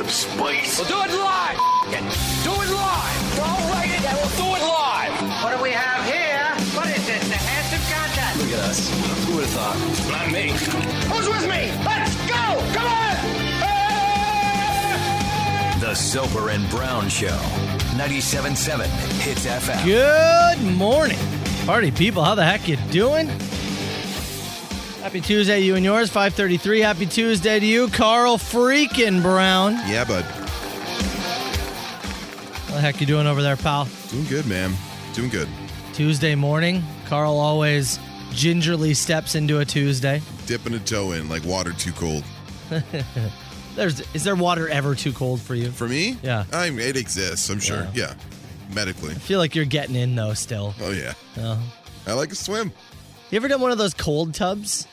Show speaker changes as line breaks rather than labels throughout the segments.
of space.
We'll do it live. F- it. Do it live. I'll write it and we'll do it live.
What do we have here? What is this? The handsome contest.
Look at us. Who would have thought?
Not me.
Who's with me? Let's go. Come on.
The Soper and Brown Show. 97.7 Hits FM.
Good morning, party people. How the heck you doing? Happy Tuesday, you and yours. 5:33. Happy Tuesday to you, Carl freaking Brown. How
Yeah, bud.
the heck you doing over there, pal?
Doing good, man. Doing good.
Tuesday morning. Carl always gingerly steps into a Tuesday.
Dipping a toe in like water too cold.
There's is there water ever too cold for you?
For me?
Yeah.
I mean, it exists, I'm sure. Yeah. Medically.
I feel like you're getting in though still.
Oh, yeah. I like to swim.
You ever done one of those cold tubs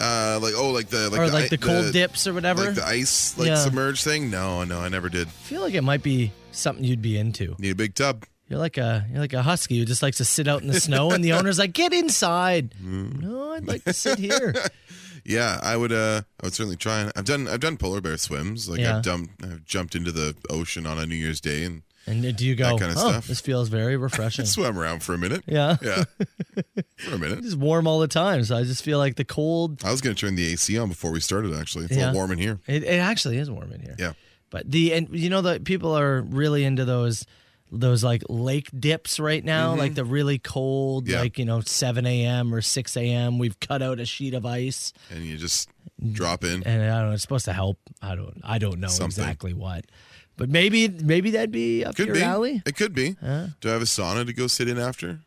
Uh, like, oh, like the, like
or
the,
like
i-
the cold dips or whatever?
Like the ice, like
Yeah.
submerged thing? No, no, I never did.
I feel like it might be something you'd be into.
Need a big tub.
You're like a you're like a husky who just likes to sit out in the snow, and the owner's like, "Get inside." No, I'd like to sit here.
Yeah, I would. Uh, I would certainly try. and- I've done. I've done polar bear swims. Like
Yeah.
I've dumped. I've jumped into the ocean on a New Year's Day and
And do you go?
kinda
oh,
stuff.
this feels very refreshing.
swam around for a minute.
yeah,
Yeah. for a minute.
it's warm all the time, so I just feel like the cold.
I was gonna turn the AC on before we started. Actually, it's a
Yeah.
little warm in here.
It, it actually is warm in here.
Yeah.
But the and you know that people are really into those those like lake dips right now, like the really cold,
Mm-hmm. Yeah.
like you know, seven a.m. or six a.m. We've cut out a sheet of ice.
and you just drop in.
and I don't know, it's supposed to help. I don't I don't know
Something.
exactly what. But maybe maybe that'd be up
Could
your
be.
alley.
It could be. Do I have a sauna to go sit in after?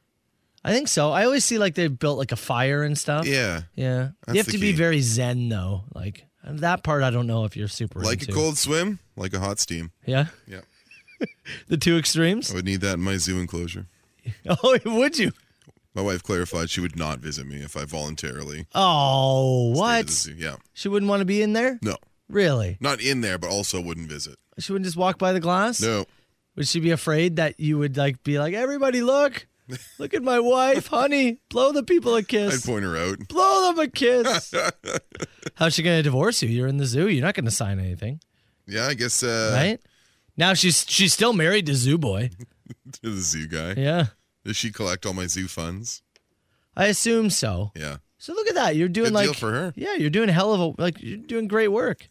I think so. I always see like they've built like a fire and stuff.
Yeah.
Yeah.
That's
you have
the
to be
key.
very zen though. Like that part I don't know if you're super
Like
into.
a cold swim, like a hot steam.
Yeah.
Yeah. Oh,
The two extremes.
I would need that in my zoo enclosure.
Oh, would you?
My wife clarified she would not visit me if I voluntarily. stayed at
Oh,
the
what?
zoo. Yeah.
She wouldn't want to be in there?
No.
Really?
Not in there, but also wouldn't visit.
She wouldn't just walk by the glass?
No.
Would she be afraid that you would like be like, "Everybody look. Look at my wife, honey. Blow the people a kiss."
I'd point her out.
blow them a kiss. How's she gonna divorce you? You're in the zoo. You're not gonna sign anything,
Yeah, I guess uh,
right? Now she's she's still married to Zoo Boy.
to the zoo guy.
Yeah,
Does she collect all my zoo funds?
I assume so.
Yeah.
So look at that. You're doing
Good
like
deal for her.
Yeah, you're doing hell of a like. You're doing great work.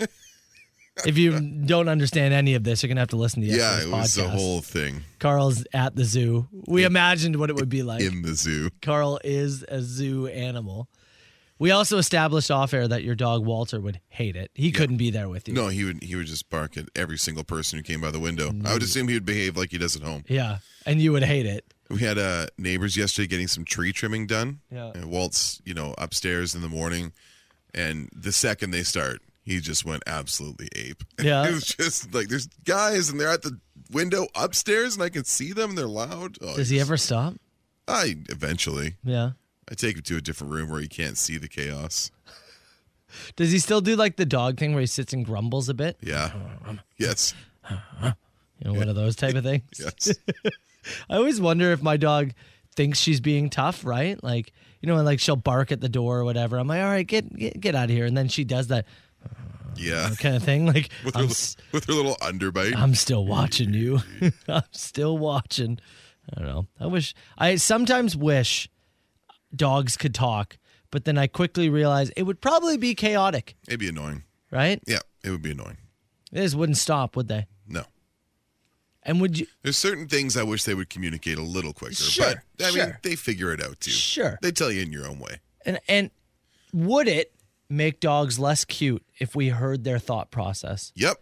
if you don't understand any of this, you're gonna have to listen to
Yeah,
yesterday's
it was
podcast.
the whole thing
Carl's at the zoo. We imagined what it would be like.
in the zoo.
Carl is a zoo animal. We also established off air that your dog Walter would hate it. He couldn't be there with you.
No, he would he would just bark at every single person who came by the window. I
Mm.
would assume he would behave like he does at home.
Yeah, and you would hate it.
We had uh, neighbors yesterday getting some tree trimming done.
Yeah.
And Walt's, you know, upstairs in the morning, and the second they start, he just went absolutely ape.
Yeah.
it was just like there's guys and they're at the window upstairs, and I can see them. And they're loud. Oh,
Does he ever stop?
I eventually
Yeah.
I take him to a different room where he can't see the chaos.
Does he still do like the dog thing where he sits and grumbles a bit?
Yeah. Yes.
You know, one of those type of things.
Yes.
I always wonder if my dog thinks she's being tough, right? Like, you know, and like she'll bark at the door or whatever. I'm like, all right, get get, get out of here. And then she does that
Yeah.
kind of thing. Like,
With her,
I'm,
li-
s-
with her little underbite.
I'm still watching you. I'm still watching. I don't know. I wish I sometimes wish dogs could talk, but then I quickly realize it would probably be chaotic,
It'd be annoying.
right?
Yeah, it would be annoying.
They just wouldn't stop, would they?
No.
And would you?
There's certain things I wish they would communicate a little quicker,
Sure,
but I mean
sure.
they figure it out too.
Sure.
They tell you in your own way.
And and would it make dogs less cute if we heard their thought process?
Yep.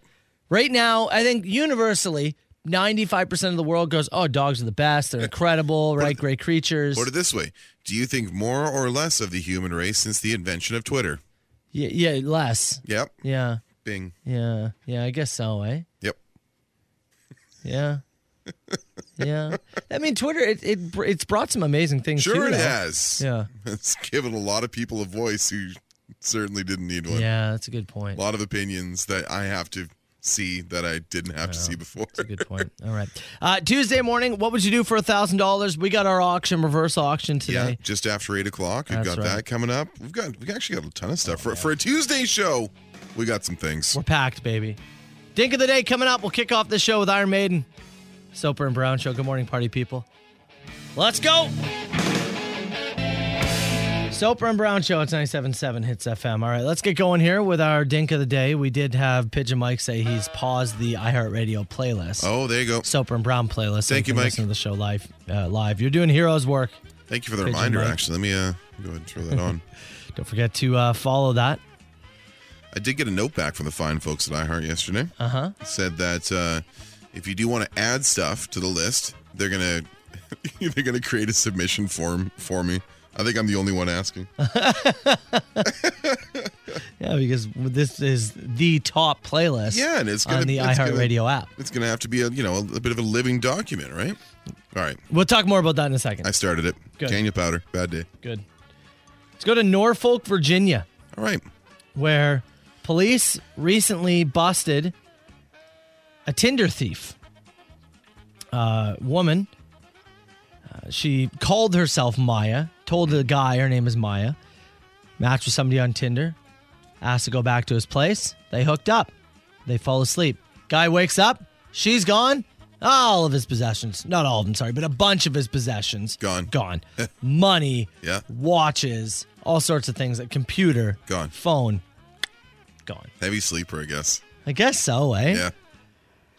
Right now, I think universally, ninety-five percent of the world goes, "Oh, dogs are the best. They're incredible, right? Great creatures."
Put it this way. Do you think more or less of the human race since the invention of Twitter?
Yeah, yeah, less.
Yep.
Yeah,
Bing.
yeah, yeah. I guess so, eh?
Yep.
Yeah. yeah. I mean, Twitter, it, it br- it's brought some amazing things to
Sure it
though.
has.
Yeah.
It's given a lot of people a voice who certainly didn't need one.
Yeah, that's a good point.
A lot of opinions that I have to see that I didn't have to see before.
That's a good point. All right. Uh, Tuesday morning, what would you do for a $1,000? We got our auction, reverse auction
Yeah,
today.
just after eight o'clock. We've
That's
got
right. Oh,
that coming up. We've got we actually got a ton of stuff for, for a Tuesday show. We got some things.
We're packed, baby. Dink of the day coming up. We'll kick off the show with Iron Maiden, Soper and Brown Show. Good morning, party people. Let's go. Soper and Brown Show. It's 97.7 Hits FM. All right, let's get going here with our Dink of the day. We did have Pigeon Mike say he's paused the iHeartRadio playlist.
Oh, there you go.
Soper and Brown playlist.
Thank
can
you, Mike.
Listen to the show live. Uh, live. You're doing heroes work.
Thank you for the
Pigeon
reminder.
Mike.
Actually, let me uh, go ahead and throw that on.
Don't forget to uh, follow that.
I did get a note back from the fine folks at iHeart yesterday. Uh
Uh-huh.
huh. Said that uh, if you do want to add stuff to the list, they're gonna they're gonna create a submission form for me. I think I'm the only one asking.
Yeah, because this is the top playlist.
Yeah, and it's gonna-
on the
it's gonna-
iHeartRadio app.
It's gonna have to be a you know a, a bit of a living document, right? All right,
We'll talk more about that in a second.
I started it.
Good.
Daniel Powder, bad day.
Good. Let's go to Norfolk, Virginia,
All right,
where police recently busted a Tinder thief. Uh, woman. Uh, she called herself Maya, told the guy her name is Maya, matched with somebody on Tinder, asked to go back to his place. They hooked up. They fall asleep. Guy wakes up. She's gone. All of his possessions. Not all of them, sorry, but a bunch of his possessions.
Gone.
Gone. Money.
Yeah.
Watches. All sorts of things. A computer.
Gone.
Phone. Gone.
heavy sleeper, I guess.
I guess so, eh?
Yeah,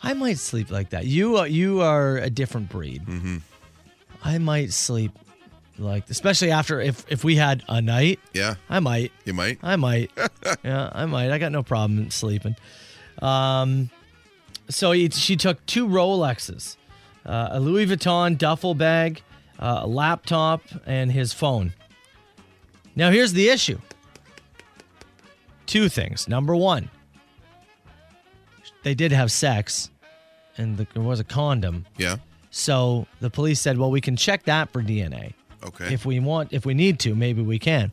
I might sleep like that. You are, you are a different breed. Mm-hmm. I might sleep like, especially after if if we had a night,
yeah,
I might.
you might.
I might. yeah, I might. I got no problem sleeping. Um, so he, she took two Rolexes, uh, a Louis Vuitton duffel bag, uh, a laptop, and his phone. Now here's the issue. Two things. Number one, they did have sex, and the, there was a condom.
Yeah,
So the police said, "Well, we can check that for DNA."
okay.
if we want if we need to maybe we can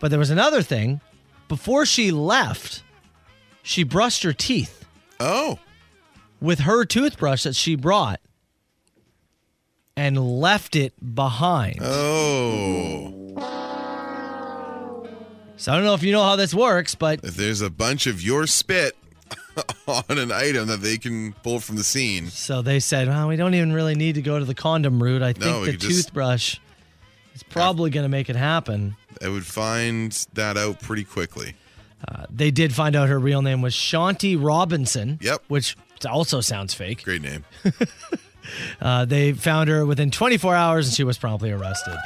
but there was another thing before she left she brushed her teeth
oh,
with her toothbrush that she brought and left it behind
oh.
so i don't know if you know how this works but
If there's a bunch of your spit on an item that they can pull from the scene,
so they said well we don't even really need to go to the condom route i think
we
the
could just-
toothbrush is probably going to make it happen
I would find that out pretty quickly.
they did find out her real name was shanti robinson
Yep.
which also sounds fake
Great name.
Uh, they found her within 24 hours and she was promptly arrested.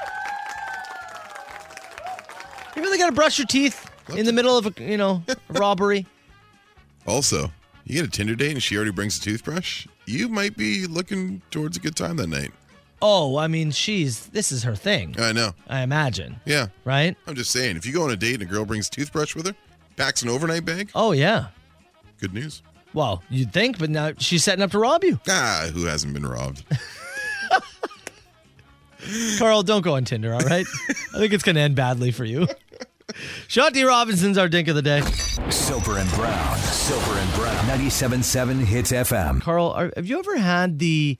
You really got to brush your teeth in the middle of a, you know, a robbery.
Also, you get a Tinder date and she already brings a toothbrush. You might be looking towards a good time that night.
Oh, I mean, she's this is her thing,
I know.
I imagine,
Yeah.
right?
I'm just saying, if you go on a date and a girl brings a toothbrush with her, packs an overnight bag,
Oh yeah.
good news.
Well, you'd think, but now she's setting up to rob you.
Ah, who hasn't been robbed?
Carl, don't go on Tinder, all right? I think it's going to end badly for you. Shanti Robinson's our dink of the day.
Soper and Brown. Soper and Brown. 97.7 Hits FM.
Carl, are, have you ever had the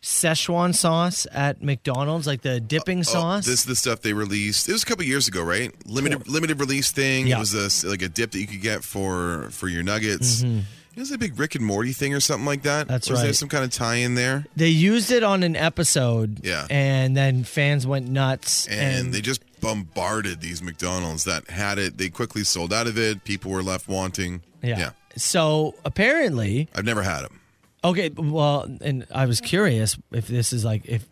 Szechuan sauce at McDonald's, like the dipping sauce?
oh, This is the stuff they released. It was a couple years ago, right? Limited limited release thing.
Yeah.
It was a s like a dip that you could get for for your nuggets. It was a big Rick and Morty thing or something like that.
Mm-hmm. That's
was there
right.
some kind of tie in there?
They used it on an episode,
Yeah.
and then fans went nuts,
And, they just bombarded these McDonald's that had it. They quickly sold out of it. People were left wanting.
yeah. So apparently,
I've never had them.
okay, well, and I was curious if this is like if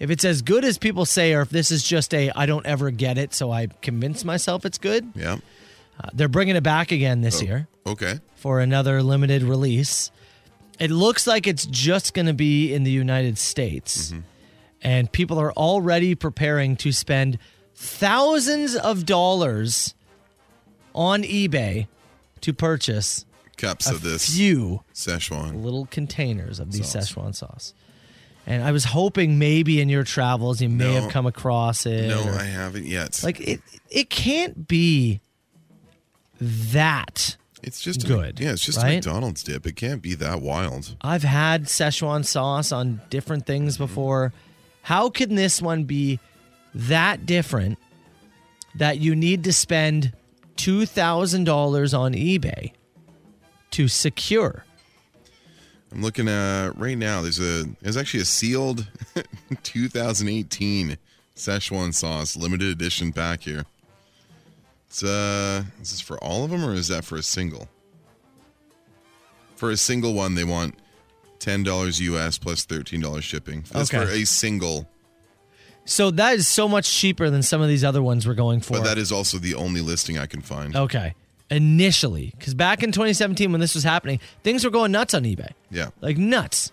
if it's as good as people say, or if this is just a I don't ever get it, so I convince myself it's good.
Yeah.
Uh, they're bringing it back again
Oh.
this year
Okay.
for another limited release. It looks like it's just going to be in the United States,
Mm-hmm.
and people are already preparing to spend thousands of dollars on eBay to purchase
Cups of this
few
Szechuan.
little containers of the
Sauce.
Szechuan sauce. And I was hoping maybe in your travels you may
No.
have come across it.
No,
or-
I haven't yet.
like it, it can't be that
it's just a-
good,
yeah, it's just
right?
a McDonald's dip. It can't be that wild.
I've had Szechuan sauce on different things
Mm-hmm.
before. How can this one be that different that you need to spend $2,000 on eBay to secure?
I'm looking at right now. There's a there's actually a sealed 2018 Szechuan sauce limited edition pack here. It's uh, is this for all of them or is that for a single? For a single one, they want ten dollars US plus thirteen dollars shipping. That's
Okay.
for a single,
So that is so much cheaper than some of these other ones we're going for.
but that is also the only listing I can find.
okay. Initially, because back in 2017 when this was happening, things were going nuts on eBay.
Yeah,
Like nuts.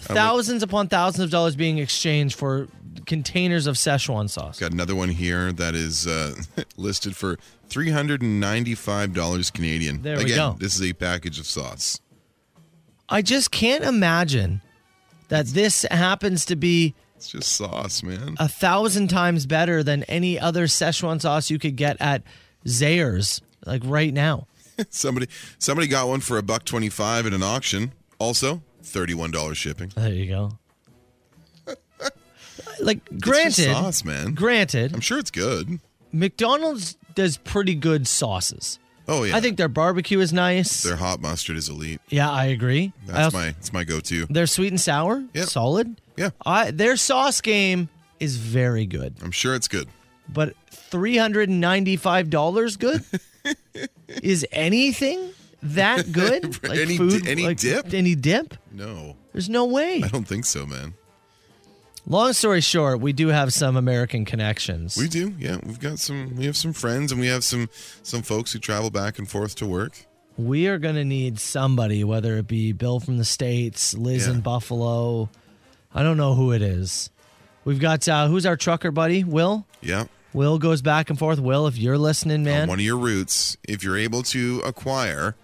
would-
Thousands upon thousands of dollars being exchanged for containers of Szechuan sauce.
got another one here that is uh, listed for three hundred and ninety-five dollars Canadian.
There we
Again,
go.
this is a package of sauce.
I just can't imagine that this happens to be
It's just sauce, man.
a thousand times better than any other Szechuan sauce you could get at Zayers, like right now.
somebody somebody got one for a buck twenty five at an auction. Also, thirty one dollars shipping.
There you go. like
It's just
granted,
sauce, man.
granted,
I'm sure it's good.
McDonald's does pretty good sauces.
Oh yeah,
I think their barbecue is nice.
their hot mustard is elite.
yeah, I agree. I
That's
also-
my it's my go to.
Their sweet and sour,
Yep.
solid.
Yeah,
I, their sauce game is very good,
I'm sure it's good.
but three hundred and ninety-five dollars good is anything that good?
Any di- any dip?
Any dip?
No,
There's no way.
I don't think so, man.
Long story short, we do have some American connections.
We do. Yeah, we've got some. We have some friends, and we have some some folks who travel back and forth to work.
we are going to need somebody, whether it be Bill from the States, Liz
Yeah.
in Buffalo. I don't know who it is. We've got, uh, who's our trucker buddy? Will?
Yeah.
Will goes back and forth. Will, if you're listening,
On
man,
one of your routes, if you're able to acquire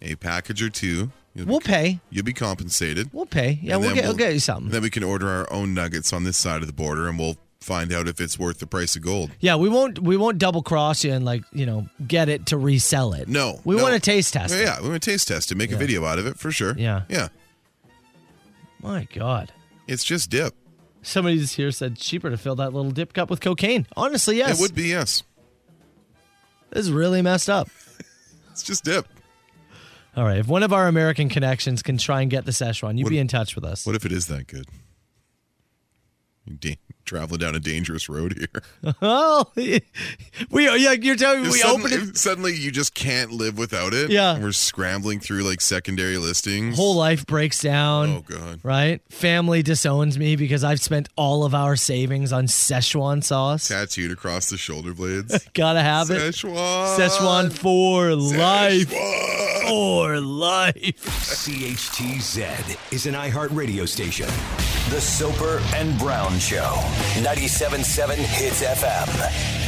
a package or two, you'll,
we'll pay.
you'll be compensated.
We'll pay. Yeah,
And
we'll
then
get, we'll, get you
and
something.
Then we can order our own nuggets on this side of the border, and we'll find out if it's worth the price of gold.
yeah, we won't we won't double cross you and like you know get it to resell it.
No,
we
no.
want to taste test.
Yeah,
it.
yeah, we want to taste test it, make a video out of it for sure.
Yeah.
yeah.
My God,
It's just dip.
somebody just here said cheaper to fill that little dip cup with cocaine. Honestly, yes,
It would be yes.
this is really messed up.
It's just dip.
All right, if one of our American connections can try and get the Szechuan, you
What-
be in touch with us.
What if it is that good? Da- traveling down a dangerous road here.
Oh, we oh, yeah, you're telling me
If
we
suddenly,
opened it
if suddenly you just can't live without it.
Yeah.
and we're scrambling through like secondary listings.
whole life breaks down.
Oh god.
Right? Family disowns me because I've spent all of our savings on Szechuan sauce.
Tattooed across the shoulder blades.
Gotta have it.
Szechuan.
Szechuan for life.
Szechuan.
For life.
CHTZ is an iHeartRadio station. The Soper and Brown Show. 97.7 Hits FM.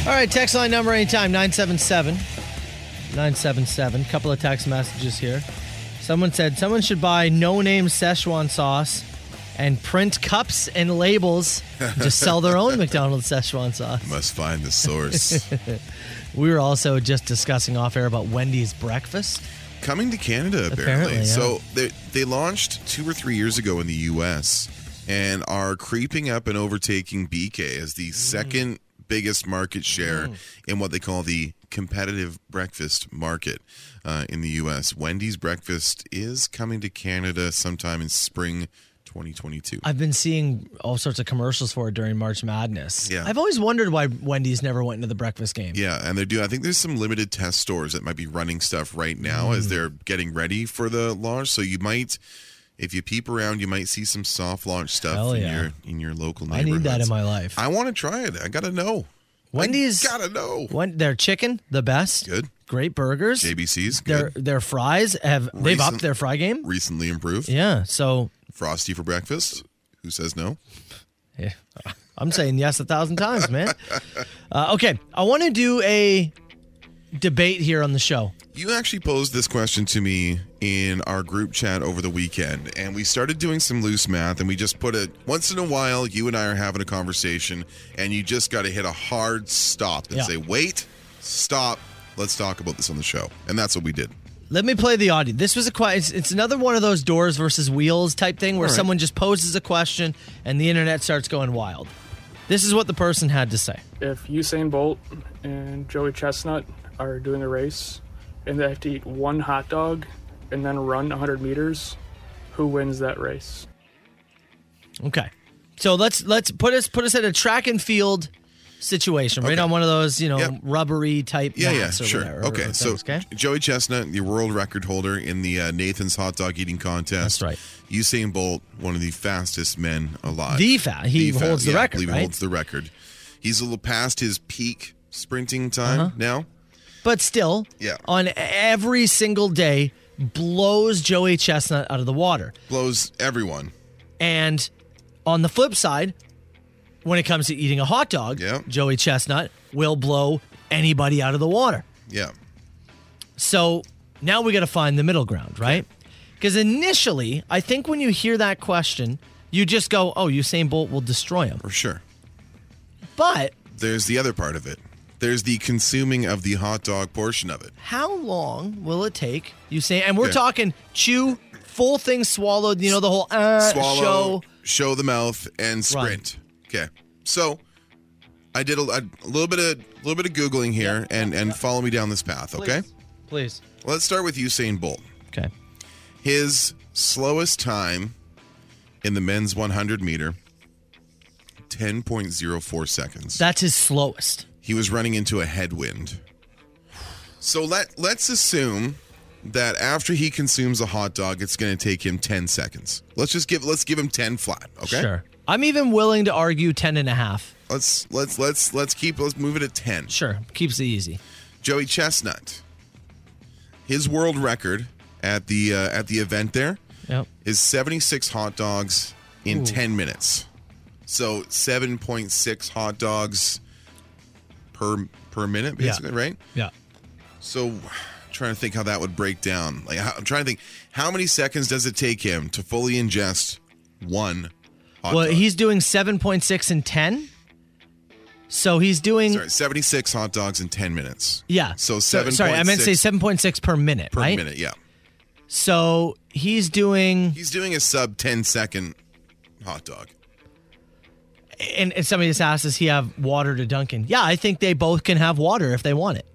All right, text line number anytime 977. 977. Couple of text messages here. Someone said someone should buy no name Szechuan sauce and print cups and labels to sell their own McDonald's Szechuan sauce.
Must find the source.
We were also just discussing off air about Wendy's breakfast.
Coming to Canada, apparently.
Apparently, yeah.
So they, they launched two or three years ago in the US and are creeping up and overtaking BK as
Mm.
the second biggest market share in what they call the competitive breakfast market uh, in the US. Wendy's breakfast is coming to Canada sometime in spring 2022.
I've been seeing all sorts of commercials for it during March Madness.
Yeah.
I've always wondered why Wendy's never went into the breakfast game.
Yeah, and they're doing. I think there's some limited test stores that might be running stuff right now
Mm.
as they're getting ready for the launch. So you might, if you peep around, you might see some soft launch stuff
Hell
in
yeah.
your in your local
I
neighborhood.
need that in my life.
I want to try it. I gotta know.
Wendy's
I gotta know.
Wen- their chicken, the best.
Good.
Great burgers.
JBC's
Their
good.
their fries have they've
Recent-
upped their fry game.
Recently improved.
Yeah. So
Frosty for breakfast. Who says no?
yeah, I'm saying yes a thousand times, man. Uh, okay, I want to do a debate here on the show.
You actually posed this question to me in our group chat over the weekend, and we started doing some loose math, and we just put it once in a while. You and I are having a conversation, and you just got to hit a hard stop and
Yeah.
say, "Wait, stop. Let's talk about this on the show." And that's what we did.
Let me play the audio. This was a question. It's, it's another one of those doors versus wheels type thing where
All right.
someone just poses a question and the internet starts going wild. This is what the person had to say.
if Usain Bolt and Joey Chestnut are doing a race and they have to eat one hot dog and then run 100 meters, who wins that race?
Okay. So let's let's put us put us at a track and field situation, right
Okay.
on one of those you know
Yep.
rubbery type.
Yeah, yeah,
mats or
sure.
whatever,
okay,
or
so
things, okay.
Joey Chestnut, the world record holder in the uh, Nathan's hot dog eating contest.
That's right.
Usain Bolt, one of the fastest men alive.
The fa- he
fa-
holds the
yeah, I
record,
believe
right?
He holds the record. He's a little past his peak sprinting time
Uh-huh.
now.
But still,
Yeah.
on every single day, blows Joey Chestnut out of the water.
Blows everyone.
And on the flip side, when it comes to eating a hot dog,
Yeah.
Joey Chestnut will blow anybody out of the water.
Yeah.
So now we got to find the middle ground, right? Because initially, I think when you hear that question, you just go, "Oh, Usain Bolt will destroy him."
For sure.
But
There's the other part of it. There's the consuming of the hot dog portion of it.
how long will it take Usain? And we're
Yeah.
talking chew, full thing swallowed. You know the whole uh,
swallow,
show.
show, the mouth, and sprint. Okay, so I did a, a little bit of a little bit of googling here, and and follow me down this path. Okay,
please.
let's start with Usain Bolt.
Okay.
His slowest time in the men's 100 meter, 10.04 seconds.
That's his slowest.
he was running into a headwind. So let let's assume that after he consumes a hot dog, it's going to take him 10 seconds. Let's just give let's give him 10 flat. Okay.
Sure. I'm even willing to argue 10 and a half.
let's let's let's let's keep let's move it at 10
Sure. Keeps it easy.
joey chestnut his world record at the uh, at the event there
Yep.
is 76 hot dogs in
Ooh.
10 minutes so 7.6 hot dogs per per minute
Yeah.
basically right
Yeah.
so trying to think how that would break down like how, i'm trying to think how many seconds does it take him to fully ingest one hot
Well,
dog?
he's doing 7.6 and 10. So he's doing
Sorry, 76 hot dogs in 10 minutes
Yeah.
so
So-
7
Sorry, I meant to say seven point six per minute,
per
right?
minute yeah
So he's doing,
He's doing a sub 10 second hot dog.
and, and somebody just asked, does he have water to Duncan? Yeah, I think they both can have water if they want it.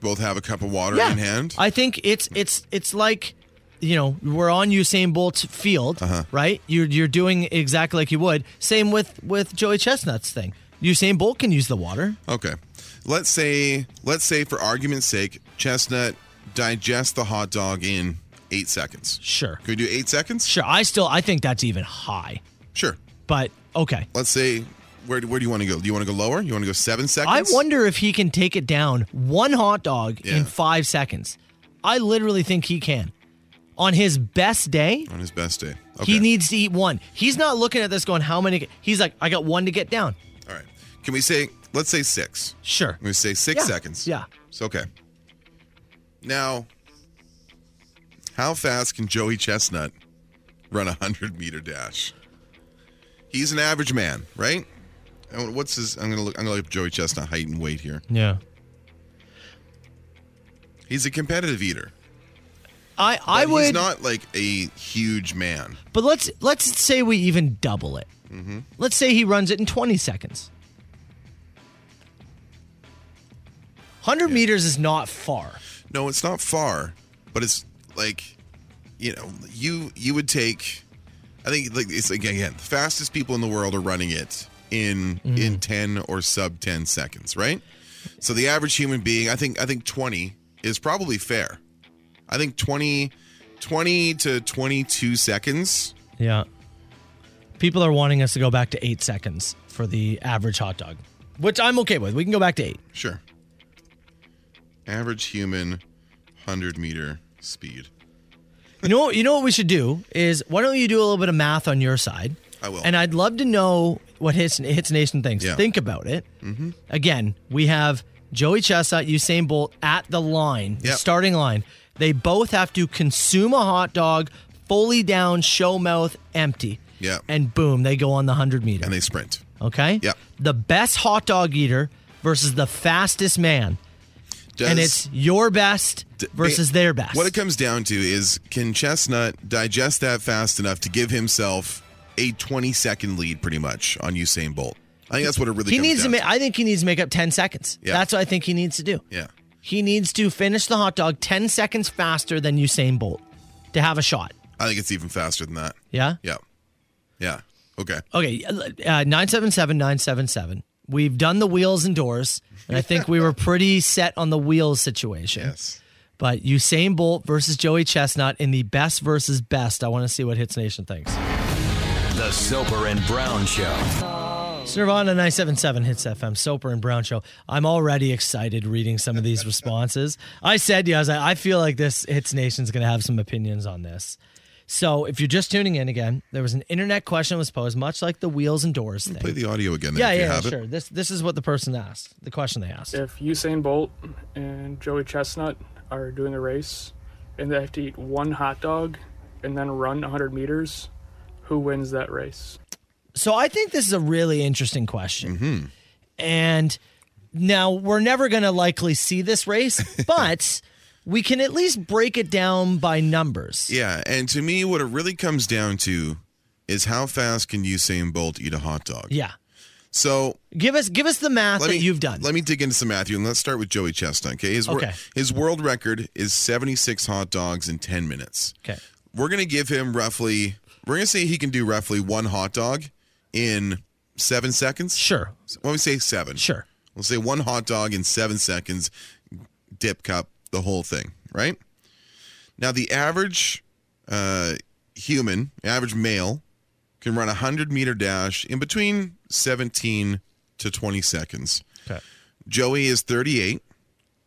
Both have a cup of water
Yeah.
in hand.
I think it's it's it's like, you know, we're on Usain Bolt's field, right? You're you're doing exactly like you would. Same with with Joey Chestnut's thing. Usain Bolt can use the water.
okay. Let's say let's say for argument's sake, Chestnut digests the hot dog in 8 seconds.
Sure.
Could we do 8 seconds?
Sure. I still I think that's even high,
Sure.
but okay.
Let's say where, where do you want to go? Do you want to go lower? You want to go 7
I
seconds?
wonder if he can take it down one hot dog
Yeah.
in five seconds. I literally think he can. On his best day,
on his best day. Okay.
he needs to eat one. He's not looking at this going, how many? He's like, I got one to get down.
All right. Can we say let's say 6?
Sure.
I'm going to say 6
Yeah.
seconds.
Yeah.
It's okay. Now, how fast can Joey Chestnut run a 100 meter dash? He's an average man, right? And What's his? I'm gonna look. I'm gonna look up Joey Chestnut height and weight here.
Yeah.
He's a competitive eater.
I, I
but He's
would,
not like a huge man.
but let's let's say we even double it.
Mm-hmm.
Let's say he runs it in 20 seconds. 100 meters is not far.
No, it's not far, but it's like, you know, you you would take. I think like it's like, again the fastest people in the world are running it in
Mm-hmm.
in ten or sub ten seconds, right? So the average human being, I think I think twenty is probably fair. I think 20, 20 to twenty two seconds.
Yeah. People are wanting us to go back to eight seconds for the average hot dog, which I'm okay with. We can go back to eight.
Sure. Average human, hundred meter speed.
You know, you know what we should do is why don't you do a little bit of math on your side?
I will.
And I'd love to know what Hits, Hits Nation thinks.
Yeah.
Think about it. Mm-hmm. Again, we have Joey Chestnut, Usain Bolt at the line, the
Yep.
starting line. They both have to consume a hot dog fully down, show mouth empty.
Yeah.
And boom, they go on the 100 meter.
And they sprint.
Okay?
Yep.
The best hot dog eater versus the fastest man.
Does,
and it's your best
D-
versus
ba-
their best.
What it comes down to is can Chestnut digest that fast enough to give himself a 20 second lead pretty much on Usain Bolt? I think that's what it really
he
comes
needs to
down
make I think he needs to make up 10 seconds.
Yeah.
That's what I think he needs to do.
Yeah.
He needs to finish the hot dog 10 seconds faster than Usain Bolt. to have a shot.
I think it's even faster than that.
Yeah?
Yeah. Yeah. Okay.
Okay, uh, 977 977. We've done the wheels and doors, and I think we were pretty set on the wheels situation.
Yes.
But Usain Bolt versus Joey Chestnut in the best versus best. I want to see what Hits Nation thinks.
The Soper and Brown Show.
Nirvana 977 Hits FM, Soper and Brown Show. I'm already excited reading some of these responses. I said to you, I was like, I feel like this Hits Nation's going to have some opinions on this. So if you're just tuning in again, there was an internet question that was posed, much like the wheels and doors thing.
Play the audio again. Then,
yeah,
if you
yeah,
have
sure.
It.
This this is what the person asked, the question they asked.
If Usain Bolt and Joey Chestnut are doing a race and they have to eat one hot dog and then run 100 meters, who wins that race?
So I think this is a really interesting question.
Mm-hmm.
And now we're never going to likely see this race, but we can at least break it down by numbers.
Yeah. And to me, what it really comes down to is how fast can Usain Bolt eat a hot dog?
Yeah.
So
Give us give us the math
let
that
me
you've done.
Let me dig into some Matthew and let's start with Joey Chestnut. Okay. His, wor-
Okay.
his world record is 76 hot dogs in 10 minutes.
okay.
We're going to give him roughly, we're going to say he can do roughly one hot dog in seven seconds.
Sure.
When we say seven.
Sure.
We'll say one hot dog in seven seconds, dip cup, the whole thing, right? Now, the average uh, human, average male, can run a 100 meter dash in between 17 to 20 seconds.
Okay.
Joey is 38.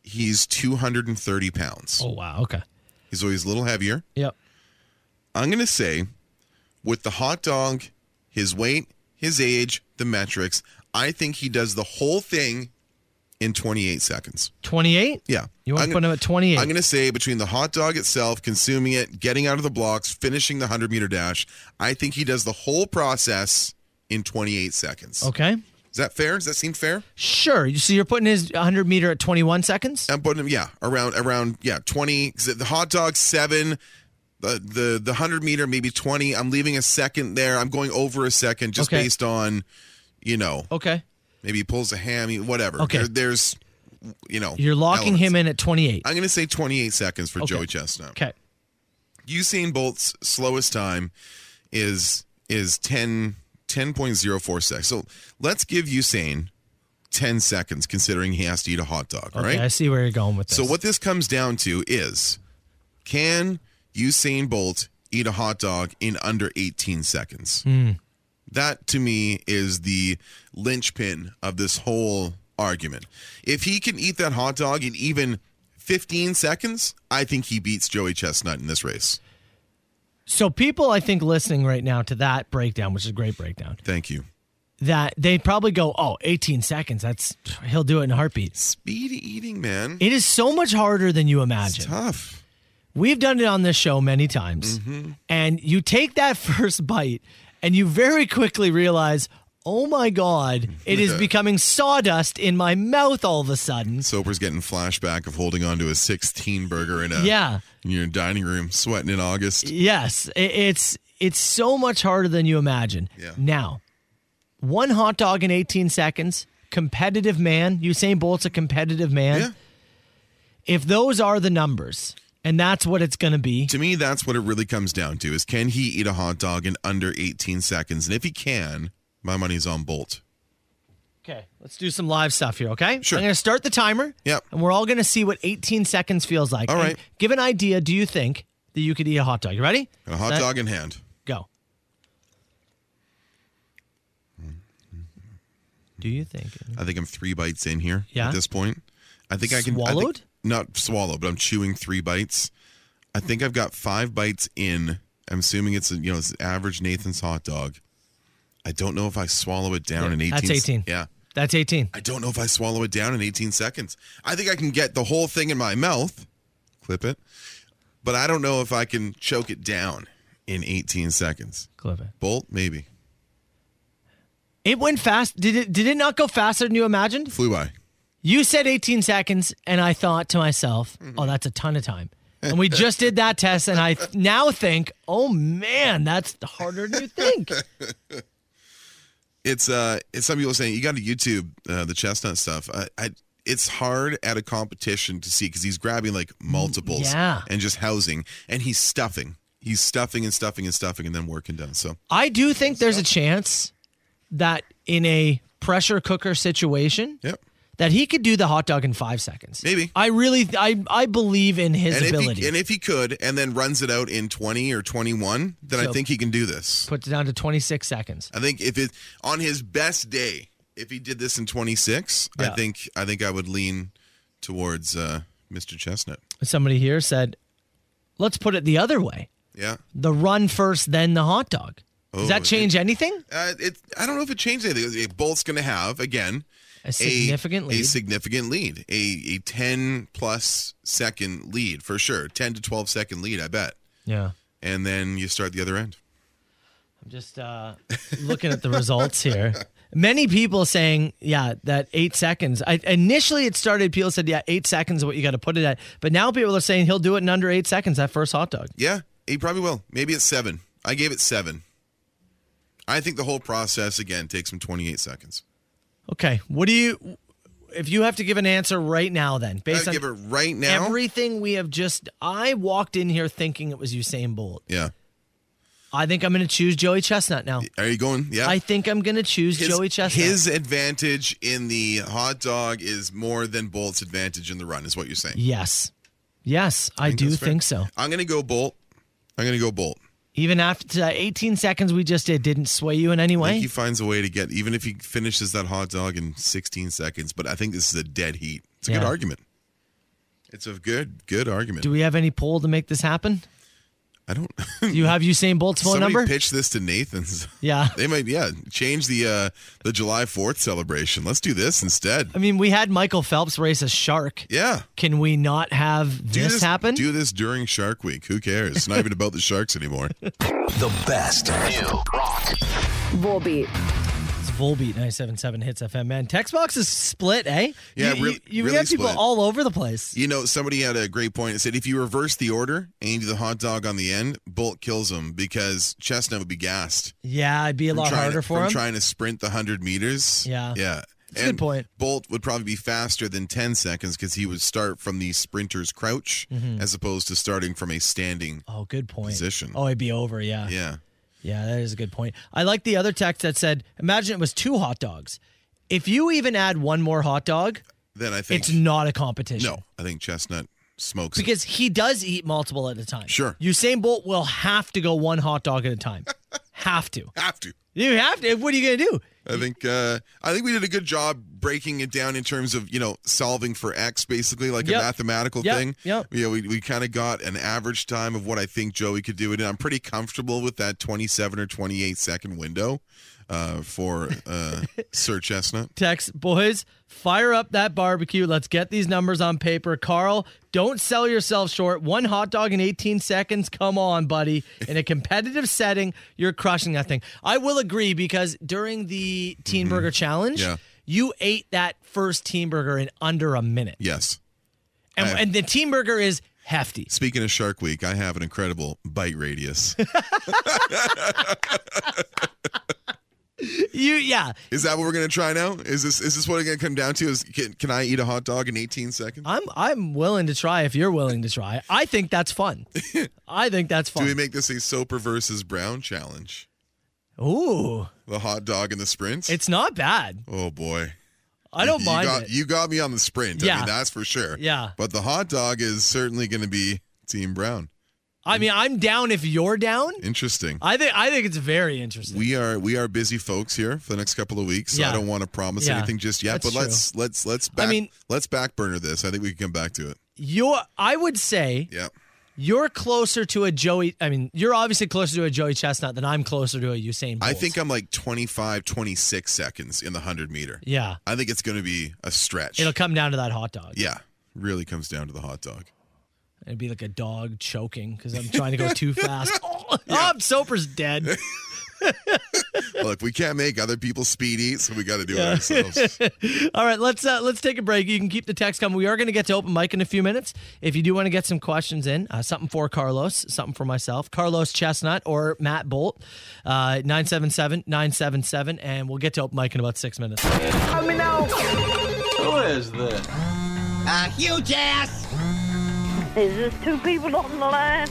He's 230 pounds.
Oh wow. Okay.
He's always a little heavier.
Yep.
I'm going to say, with the hot dog, his weight, his age, the metrics, I think he does the whole thing in 28 seconds.
28?
Yeah.
You want
I'm
to
gonna-
put him at 28?
I'm going to say between the hot dog itself, consuming it, getting out of the blocks, finishing the 100 meter dash, I think he does the whole process in 28 seconds.
okay.
Is that fair? Does that seem fair?
Sure. So you're putting his 100 meter at 21 seconds?
I'm putting him, yeah, around, around, yeah, 20. 'cause The hot dog, seven. The, the the 100 meter, maybe 20. I'm leaving a second there. I'm going over a second just
Okay.
based on, you know,
Okay.
maybe he pulls a hammy, whatever.
Okay.
There- there's, you know,
You're locking him
elements.
in at 28.
I'm going to say 28 seconds for
Okay.
Joey Chestnut.
Okay.
Usain Bolt's slowest time is is 10 10.04 seconds. So let's give Usain 10 seconds considering he has to eat a hot dog, all
Okay.
right?
I see where you're going with this.
So what this comes down to is can Usain Bolt eat a hot dog in under 18 seconds? That to me is the linchpin of this whole argument. If he can eat that hot dog in even 15 seconds, I think he beats Joey Chestnut in this race.
So people, I think, listening right now to that breakdown, which is a great breakdown,
Thank you.
that they probably go, "Oh, 18 seconds. That's he'll do it in a heartbeat."
Speed eating, man.
It is so much harder than you
It's
imagine.
tough.
We've done it on this show many times,
Mm-hmm.
and you take that first bite, and you very quickly realize, "Oh my god, it is becoming sawdust in my mouth all of a sudden."
Soper's getting flashback of holding on to a 16 burger in a
Yeah.
in your dining room, sweating in August.
Yes, i- it's it's so much harder than you imagine.
Yeah.
Now, one hot dog in 18 seconds. Competitive man, Usain Bolt's a competitive man.
Yeah.
If those are the numbers, and that's what it's going to be,
To me, that's what it really comes down to is can he eat a hot dog in under 18 seconds? And if he can, my money's on Bolt.
okay, let's do some live stuff here. Okay,
Sure.
I'm going to start the timer.
Yep.
and we're all going to see what 18 seconds feels like.
All
And
right.
give an idea. Do you think that you could eat a hot dog? You ready?
Got a hot
Set,
dog in hand.
Go. Do you think?
I think I'm three bites in here
Yeah?
at this point. I think I can. I think-
Swallowed?
not swallowed, but I'm chewing three bites. I think I've got five bites in. I'm assuming it's, a, you know, it's average Nathan's hot dog. I don't know if I swallow it down in 18
That's 18.
Yeah.
That's 18.
I don't know if I swallow it down in 18 seconds. I think I can get the whole thing in my mouth, clip it, but I don't know if I can choke it down in 18 seconds.
Clip it.
Bolt, maybe.
It went fast. Did it? Did it not go faster than you imagined?
Flew by.
You said 18 seconds, and I thought to myself,
Mm-hmm.
"Oh, that's a ton of time." And we just did that test, and I th- now think, "Oh man, that's harder than you think."
It's uh, it's some people saying you got to YouTube uh, the chestnut stuff. I, I, it's hard at a competition to see because he's grabbing like multiples
yeah.
and just housing, and he's stuffing. He's stuffing and stuffing and stuffing, and then working down. So
I do think there's a chance that in a pressure cooker situation,
Yep.
that he could do the hot dog in five seconds.
Maybe.
I really, I, I believe in his
And if,
ability.
he, and if he could, and then runs it out in 20 or 21, then I
So-
think he can do this.
Puts it down to 26 seconds.
I think if it on his best day, if he did this in 26,
Yeah.
I think I think I would lean towards uh, Mr. Chestnut.
Somebody here said, let's put it the other way.
Yeah,
The run first, then the hot dog. Does
Oh,
that change anything?
uh, it. I don't know if it changed anything. They both's going to have again
A
a
significant lead.
a significant lead, a a 10 plus second lead for sure, 10 to 12 second lead, I bet.
yeah.
And then you start the other end.
I'm just uh, looking at the results here. Many people saying, yeah, that eight seconds. I, initially, it started. People said, yeah, eight seconds is what you got to put it at. But now people are saying he'll do it in under eight seconds. That first hot dog.
Yeah, he probably will. Maybe it's seven. I gave it seven. I think the whole process again takes him 28 seconds.
Okay, what do you? If you have to give an answer right now, then
I
based
would
on
give it right now.
everything we have just, I walked in here thinking it was Usain Bolt.
yeah.
I think I'm going to choose Joey Chestnut now.
Are you going? Yeah.
I think I'm going to choose Joey Chestnut.
His advantage in the hot dog is more than Bolt's advantage in the run, is what you're saying.
yes, yes, I, do
that's fair.
think so.
I'm going to go Bolt. I'm going to go Bolt.
Even after the 18 seconds we just did, didn't sway you in any
I
way.
think he finds a way to get, even if he finishes that hot dog in 16 seconds, but I think this is a dead heat. It's a
Yeah.
good argument. It's a good, good argument.
Do we have any poll to make this happen?
I don't.
Do you have Usain Bolt's phone
Somebody
number?
pitch this to Nathan's.
Yeah.
They might, yeah, change the uh the July 4th celebration. Let's do this instead.
I mean, we had Michael Phelps race a shark.
Yeah.
Can we not have
Do
this, happen?
Do this during Shark Week. Who cares? It's not even about the sharks anymore.
The best.
Volbeat.
It's Volbeat 977 Hits FM. Man, text box is split, eh?
Yeah,
you,
re-
you, you
really
got people
split.
all over the place.
You know, somebody had a great point. It said if you reverse the order and you do the hot dog on the end, Bolt kills him because Chestnut would be gassed.
Yeah, it'd be a
from
lot
trying to,
harder for
from
him.
trying to sprint the 100 meters.
Yeah.
Yeah.
a good point.
Bolt would probably be faster than 10 seconds because he would start from the sprinter's crouch
Mm-hmm.
as opposed to starting from a standing.
oh, good point.
Position.
Oh, it'd be over, yeah. yeah.
Yeah.
that is a good point. I like the other text that said, imagine it was two hot dogs. If you even add one more hot dog,
Then I think.
it's not a competition.
no, I think Chestnut smokes. it.
Because he does eat multiple at a time.
Sure.
Usain Bolt will have to go one hot dog at a time. have to.
have to.
You have to. What are you going to do?
I think uh, I think we did a good job breaking it down in terms of you know solving for x basically like
Yep.
a mathematical
Yep,
thing.
yep.
Yeah, we, we kind of got an average time of what I think Joey could do, and I'm pretty comfortable with that 27 or 28 second window uh, for uh, Sir Chestnut.
text boys fire up that barbecue let's get these numbers on paper carl don't sell yourself short one hot dog in 18 seconds come on buddy in a competitive setting you're crushing that thing i will agree because during the teen burger challenge
Mm-hmm. Yeah.
you ate that first teen burger in under a minute
Yes.
and,
I-
and the teen burger is hefty
Speaking of Shark Week, I have an incredible bite radius.
you yeah
is that what we're gonna try now? Is this is this what it's gonna come down to? Is can, can I eat a hot dog in 18 seconds?
i'm i'm willing to try if you're willing to try i think that's fun i think that's
Do we
fun
make this a Soper versus Brown challenge?
ooh
The hot dog and the sprints.
it's not bad
Oh boy.
i don't
you
mind
Got,
it.
You got me on the sprint. I
Yeah.
mean, that's for sure.
Yeah.
But the hot dog is certainly going to be Team Brown.
I mean, I'm down if you're down.
Interesting.
I think I think it's very interesting.
We are we are busy folks here for the next couple of weeks, so
Yeah.
I don't want to promise
Yeah.
anything just yet.
That's
but let's let's let's
I
back
mean-
let's back burner this. I think we can come back to it.
you're I would say
Yeah.
you're closer to a Joey I mean, you're obviously closer to a Joey Chestnut than I'm closer to a Usain Bolt.
I think I'm like 25, 26 seconds in the hundred meter.
Yeah.
I think it's going to be a stretch.
It'll come down to that hot dog.
yeah, really comes down to the hot dog.
It'd be like a dog choking because I'm trying to go too fast. Oh, oh, Soper's dead.
Look, we can't make other people speedy, so we got to do it ourselves.
All right, let's uh, let's take a break. You can keep the text coming. We are going to get to open mic in a few minutes. If you do want to get some questions in, uh, something for Carlos, something for myself, Carlos Chestnut or Matt Bolt, uh, 977-977, and we'll get to open mic in about six minutes.
Who is this?
A huge ass!
Is this two people on the line?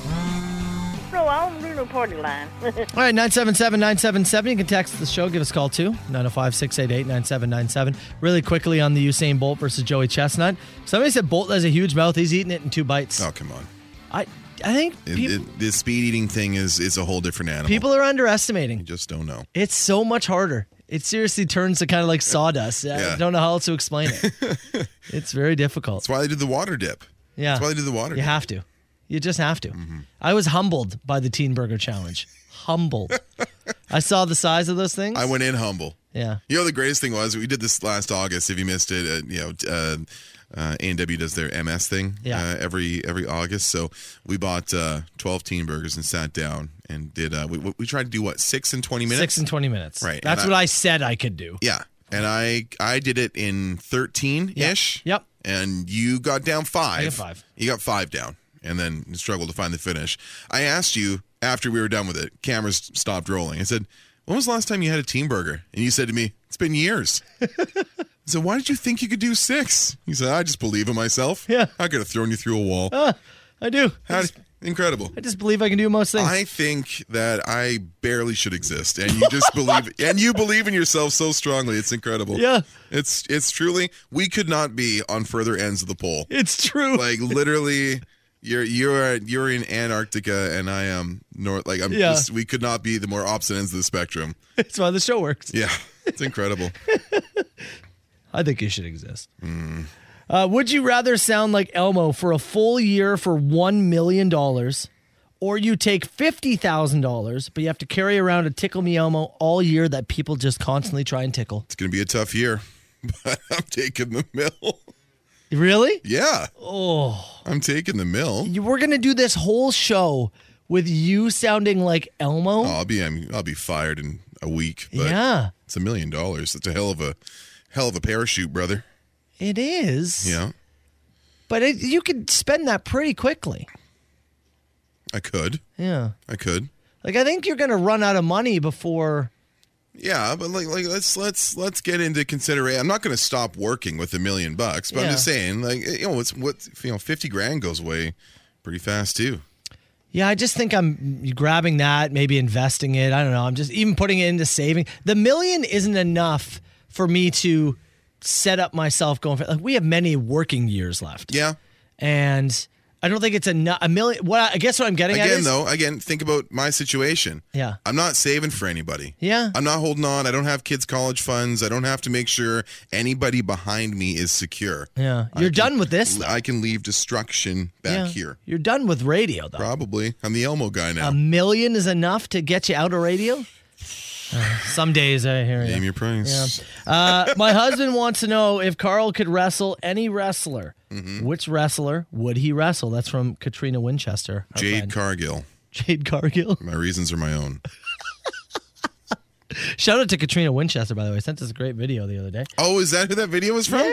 No, I don't do no party line.
All right, 977 977. You can text the show, give us a call too. 905 688 9797. Really quickly on the Usain Bolt versus Joey Chestnut. Somebody said Bolt has a huge mouth. He's eating it in two bites.
Oh, come on.
I, I think
It-
peop-
it- the speed eating thing is is a whole different animal.
people are
You
underestimating.
just don't know.
It's so much harder. It seriously turns to kind of like sawdust. I
Yeah.
don't know how else to explain it. it's very difficult.
That's why they did the water dip.
Yeah.
That's why they do the Mm-hmm. water.
You have to. You just have to. I was humbled by the Teen Burger Challenge. Humbled. I saw the size of those things.
I went in humble.
Yeah.
You know, the greatest thing was we did this last August. If you missed it, uh, you know, uh, uh, A&W does their MS thing
Yeah.
uh, every every August. So we bought uh, 12 teen burgers and sat down and did, uh, we, we tried to do what, six in 20 minutes?
Six and 20 minutes.
Right,
That's
and
what
I-
I said I could do.
Yeah. And I I did it in 13 ish.
Yep.
And you got down five.
got five.
You got five down and then struggled to find the finish. I asked you after we were done with it, cameras stopped rolling. I said, When was the last time you had a team burger? And you said to me, It's been years. I said, Why did you think you could do six? You said, I just believe in myself.
Yeah. Oh,
I could have thrown you through a wall.
I do.
How- incredible.
I just believe I can do most things.
I think that I barely should exist, and you just believe, and you believe in yourself so strongly. It's incredible.
Yeah.
it's it's truly we could not be on further ends of the pole.
it's true.
Like literally, you're you're you're in Antarctica, and I am north. Like I'm
Yeah.
just we could not be the more opposite ends of the spectrum.
That's why the show works.
Yeah, it's incredible.
I think you should exist. Uh, would you rather sound like Elmo for a full year for $1 million or you take $50,000 but you have to carry around a Tickle Me Elmo all year that people just constantly try and tickle?
It's gonna be a tough year, but I'm taking the mill.
Really?
Yeah. Oh, I'm taking the mill.
You were going to do this whole show with you sounding like Elmo?
I'll be I'm, I'll be fired in a week. Oh, But
Yeah.
It's a million dollars. It's a hell of a hell of a parachute, brother.
It is.
Yeah,
But it, you could spend that pretty quickly.
I could.
Yeah.
I could.
Like I think you're going to run out of money before
Yeah, but like like let's let's let's get into consideration. I'm not going to stop working with a million bucks, but I'm
Yeah.
just saying like you know it's what you know 50 grand goes away pretty fast too.
Yeah, I just think I'm grabbing that, maybe investing it. I don't know. I'm just even putting it into saving. The million isn't enough for me to set up myself going for like we have many working years left.
Yeah.
And I don't think it's enough a million what I, I guess what I'm getting at
Again
is
though, again think about my situation.
Yeah.
I'm not saving for anybody.
Yeah.
I'm not holding on. I don't have kids college funds. I don't have to make sure anybody behind me is secure.
Yeah. You're done with this. though.
I can leave destruction back
Yeah.
here.
You're done with radio though.
Probably. I'm the Elmo guy now.
A million is enough to get you out of radio? Uh, some days I hear you.
Name your price.
Uh, my husband wants to know if Carl could wrestle any wrestler.
Mm-hmm.
Which wrestler would he wrestle? That's from Katrina Winchester. our
Jade Mm-hmm.
friend.
Cargill.
Jade Cargill.
My reasons are my own.
Shout out to Katrina Winchester, by the way. Sent us a great video the other day.
Oh, is that who that video was from?
yeah,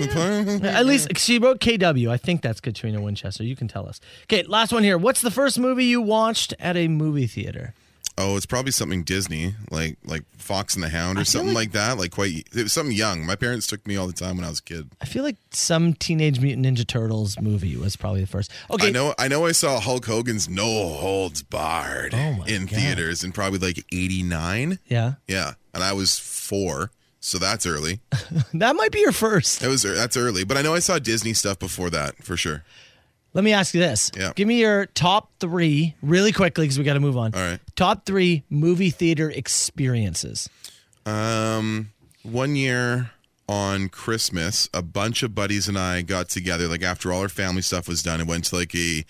Oh,
At least she wrote KW. I think that's Katrina Winchester. You can tell us. Okay, last one here. What's the first movie you watched at a movie theater?
Oh, it's probably something Disney, like like Fox and the Hound or something like, that. Like quite it was something young. My parents took me all the time when I was a kid.
I feel like some Teenage Mutant Ninja Turtles movie was probably the first. Okay,
I know I know I saw Hulk Hogan's No Holds Barred
Oh my
in
God.
theaters in probably like 89.
yeah,
Yeah, and I was 4, so that's early.
that might be your first.
That was er, that's early, but I know I saw Disney stuff before that for sure.
Let me ask you this.
Yeah.
Give me your top three really quickly because we got to move on.
All right.
Top three movie theater experiences.
Um, one year on Christmas, a bunch of buddies and I got together. Like after all our family stuff was done, and went to like a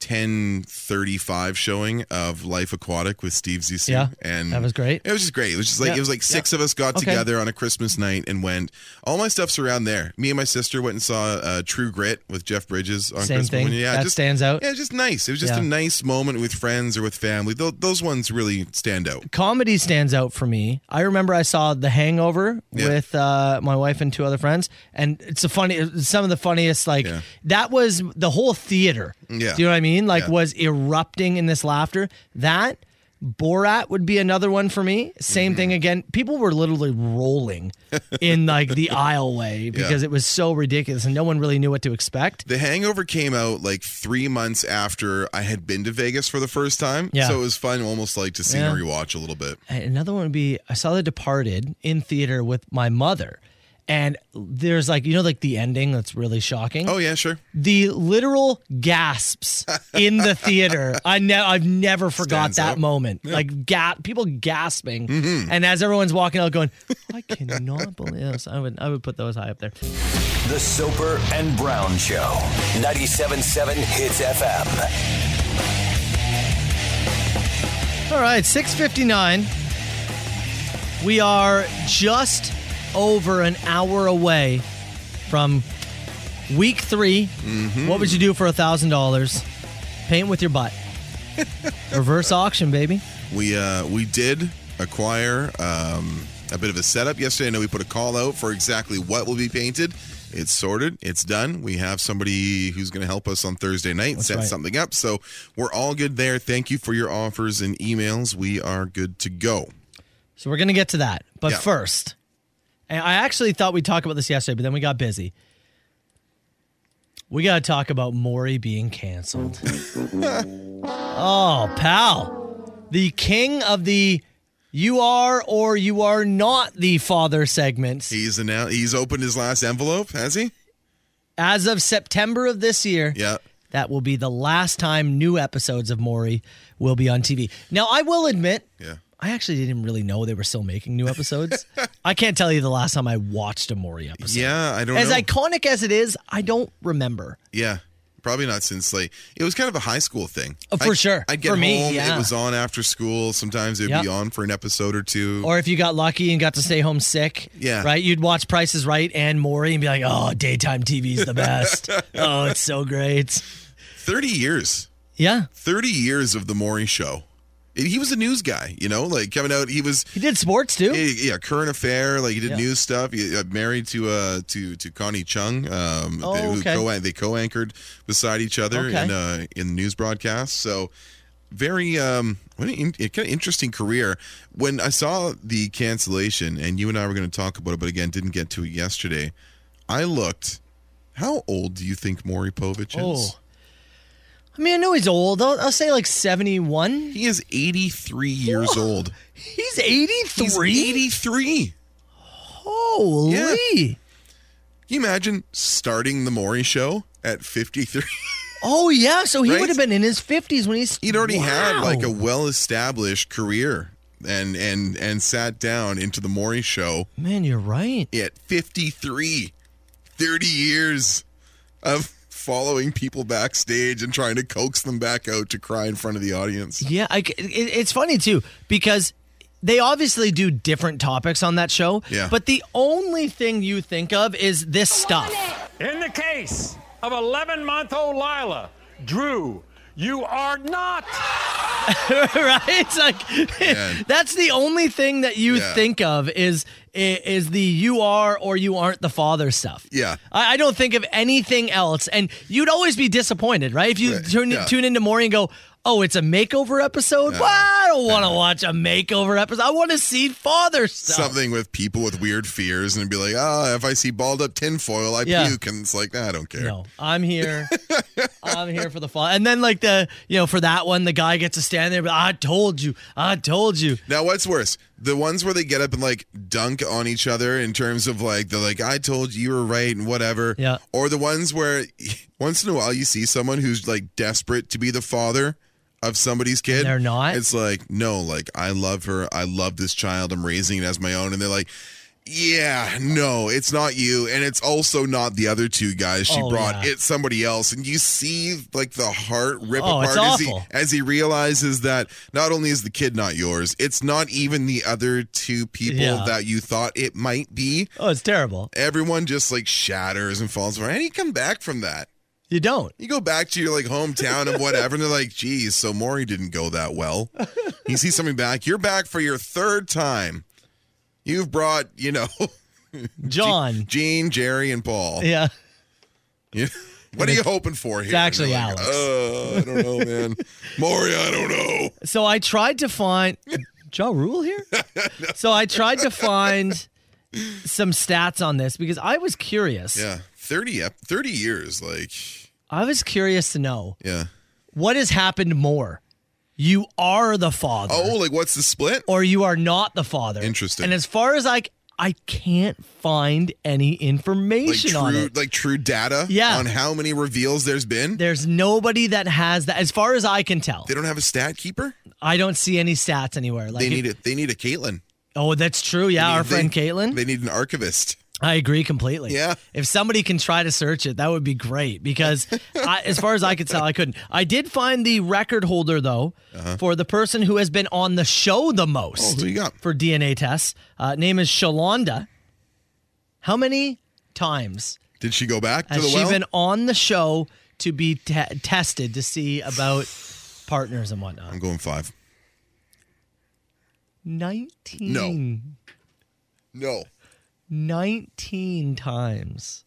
ten thirty five showing of Life Aquatic with Steve Zissou.
Yeah,
and
that was great.
It was just great. It was just like
Yeah,
it was like six of us got
Okay.
together on a Christmas night and went. All my stuff's around there. Me and my sister went and saw uh, True Grit with Jeff Bridges on
Same
Christmas.
thing.
Yeah,
That stands out.
Yeah, just nice. It was just
Yeah.
a nice moment with friends or with family. Tho- those ones really stand out.
Comedy stands out for me. I remember I saw The Hangover
Yeah.
with uh, my wife and two other friends, and it's a funny. Some of the funniest, like
Yeah.
that was the whole theater.
Yeah.
Do you know what I mean? Like
Yeah.
was erupting in this laughter. That Borat would be another one for me. Same
Mm-hmm.
thing again. People were literally rolling in like the aisleway because it was so ridiculous and no one really knew what to expect.
The Hangover came out like three months after I had been to Vegas for the first time.
Yeah.
So it was fun almost like to see
Yeah.
and rewatch a little bit.
And Another one would be I saw The Departed in theater with my mother. And there's like, you know, like the ending that's really shocking.
Oh, yeah, sure.
the literal gasps in the theater. I ne- I've never forgot
Stands
that
out.
moment. Like ga- people gasping,
Mm-hmm.
and as everyone's walking out, going, "I cannot believe this." I would I would put those high up there.
The Soper and Brown Show. 97.7 Hits FM.
All right, six fifty nine. We are just over an hour away from week 3 What would you do for a thousand dollars? Paint with your butt. Reverse auction, baby.
We uh, we did acquire um, a bit of a setup yesterday. I know we put a call out for exactly what will be painted. It's sorted. It's done. We have somebody who's going to help us on Thursday night set
right.
something up. So we're all good there. Thank you for your offers and emails. We are good to go.
So we're going to get to that. But
Yeah.
first, and I actually thought we'd talk about this yesterday, but then we got busy. We got to talk about Maury being canceled. oh, pal. The king of the you are or you are not the father segments.
He's announced. He's opened his last envelope. Has he?
As of September of this year,
Yeah.
that will be the last time new episodes of Maury will be on TV. Now, I will admit,
Yeah.
I actually didn't really know they were still making new episodes. I can't tell you the last time I watched a Maury episode.
Yeah. I don't
As
know.
iconic as it is, I don't remember.
Yeah. Probably not since like it was kind of a high school thing.
Oh, for
I'd-
sure.
I'd get
For
home.
me, yeah.
It was on after school. Sometimes it would be
Yeah.
on for an episode or two.
Or if you got lucky and got to stay home sick,
Yeah.
right? You'd watch Price is Right and Maury and be like, "Oh, daytime TV's the best. oh, it's so great."
Thirty years.
Yeah,
30 years of the Maury show. And He was a news guy, you know, like coming out. He was,
he did sports too.
eh, yeah, current affair. Like he did
Yeah.
news stuff. He, uh, married to uh to to Connie Chung. Um,
Oh,
they, who
okay.
co- they co-anchored beside each other
Okay.
in uh in news broadcasts. So very um what an in, kind of interesting career. When I saw the cancellation, and you and I were going to talk about it, but again, didn't get to it yesterday. I looked. How old do you think Maury Povich is?
Oh. I mean, I know he's old. I'll, I'll say like 71.
He is 83 years old.
He's 83.
He's 83.
Holy.
Yeah. Can you imagine starting the Maury show at 53?
Oh yeah, so he
Right?
would have been in his 50s when he's
He'd already had
Wow.
like a well-established career and and and sat down into the Maury show
Man, you're right.
at 53. 30 years of following people backstage and trying to coax them back out to cry in front of the audience.
Yeah, I, c- it- it's funny too because they obviously do different topics on that show.
Yeah.
But the only thing you think of is this stuff.
In the case of 11 month old Lila, Drew, you are not.
right? It's like
Man.
that's the only thing that you
Yeah.
think of is i- is the you are or you aren't the father stuff.
Yeah.
I, I don't think of anything else, and you'd always be disappointed, right? If you
Right,
tune
yeah.
tune into Maury and go. Oh, it's a makeover episode? Well, I don't want to watch a makeover episode. I want to see father stuff.
Something with people with weird fears and be like, oh, if I see balled up tinfoil, I
Yeah.
puke. And it's like, "Ah, I don't care.
No, I'm here. I'm here for the fall. And then like the you know for that one, the guy gets to stand there. But I told you, I told you.
Now, what's worse, the ones where they get up and like dunk on each other in terms of like they're like, "I told you you were right" and whatever,
Yeah.
Or the ones where once in a while you see someone who's like desperate to be the father of somebody's kid.
they're not?
It's like, no, like I love her. I love this child. I'm raising it as my own, and they're like. Yeah, no, it's not you, and it's also not the other two guys she
Oh,
brought.
yeah.
It's somebody else, and you see like the heart rip
Oh,
apart
it's
as he
awful.
as he realizes that not only is the kid not yours, it's not even the other two people
Yeah.
that you thought it might be.
Oh, it's terrible.
Everyone just like shatters and falls apart. How do you come back from that?
You don't.
You go back to your like hometown and whatever, and they're like, geez, so Maury didn't go that well. He sees something back. You're back for your third time. You've brought, you know,
John.
Gene, Jerry, and Paul.
yeah.
You, What are you hoping for here?
It's actually
And you're
Alex.
Uh, I don't know, man. Maury, I don't know.
So I tried to find Ja Rule here. So I tried to find some stats on this because I was curious.
Yeah, 30, ep- 30 years, like,
I was curious to know
yeah.
what has happened more. You are the father,
Oh, like what's the split?
or you are not the father.
Interesting.
And as far as I, c- I can't find any
Like
information on
true,
it.
like true data
Yeah.
on how many reveals there's been?
There's nobody that has that. As far as I can tell,
They don't have a stat keeper.
I don't see any stats anywhere. Like,
They need a, they need a Caitlin.
oh, that's true. Yeah, our friend Caitlin.
They need an archivist.
I agree completely.
Yeah.
If somebody can try to search it, that would be great because I, as far as I could tell, I couldn't. I did find the record holder, though,
Uh-huh.
for the person who has been on the show the
Oh,
most
who you got?
for DNA tests. Uh, name is Shalonda. How many times
Did she go back to
has
the
she
well?
been on the show to be te- tested to see about partners and whatnot?
I'm going five.
19.
No,
19 times.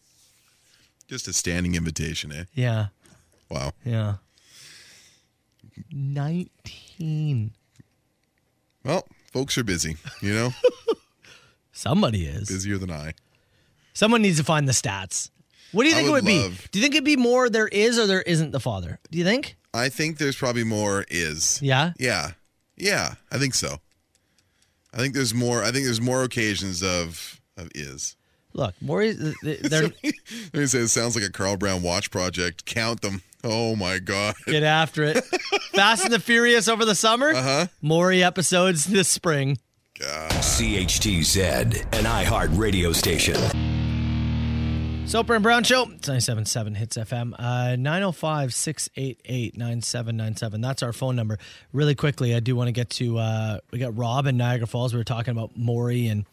just a standing invitation, eh?
Yeah.
Wow.
Yeah. 19.
Well, folks are busy. You know,
Somebody is.
busier than I.
Someone needs to find the stats. What do you
I
think it
would
would be?
love-
Do you think it'd be more there is or there isn't the father? Do you think?
I think there's probably more is.
Yeah.
Yeah. Yeah. I think so. I think there's more. I think there's more occasions of of is.
Look, Maury, th- th- they're
Let me say, it sounds like a Carl Brown watch project. Count them. Oh my God.
get after it. Fast and the Furious over the summer. Uh-huh. Maury episodes this spring.
CHTZ, an iHeart radio station.
Soper and Brown Show. It's 977 Hits FM. Uh, 905 688 9797. That's our phone number. Really quickly, I do want to get to, uh, we got Rob in Niagara Falls. We were talking about Maury and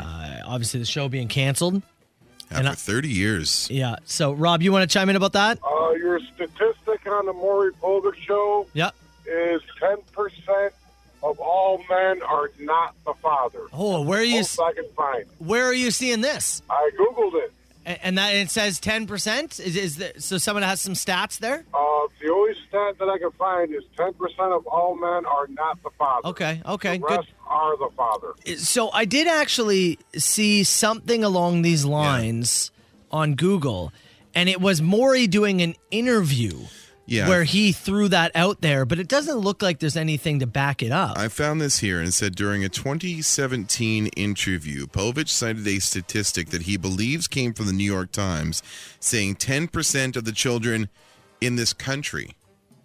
uh, obviously the show being canceled.
After
I-
30 years.
Yeah. So, Rob, you want to chime in about that?
Uh, your statistic on the Maury Povich show
Yep.
is 10% of all men are not the father.
Oh, where are you?
Most I can find.
Where are you seeing this?
I Googled it.
A- And that it says ten percent. Is, is there, so? Someone has some stats there.
Uh, the only stat that I can find is 10% of all men are not the father.
Okay. Okay.
The
Good.
rest are the father.
so I did actually see something along these lines on Google, and it was Maury doing an interview
Yeah.
where he threw that out there, but it doesn't look like there's anything to back it up.
I found this here and it said during a 2017 interview, Povich cited a statistic that he believes came from the New York Times, saying 10% of the children in this country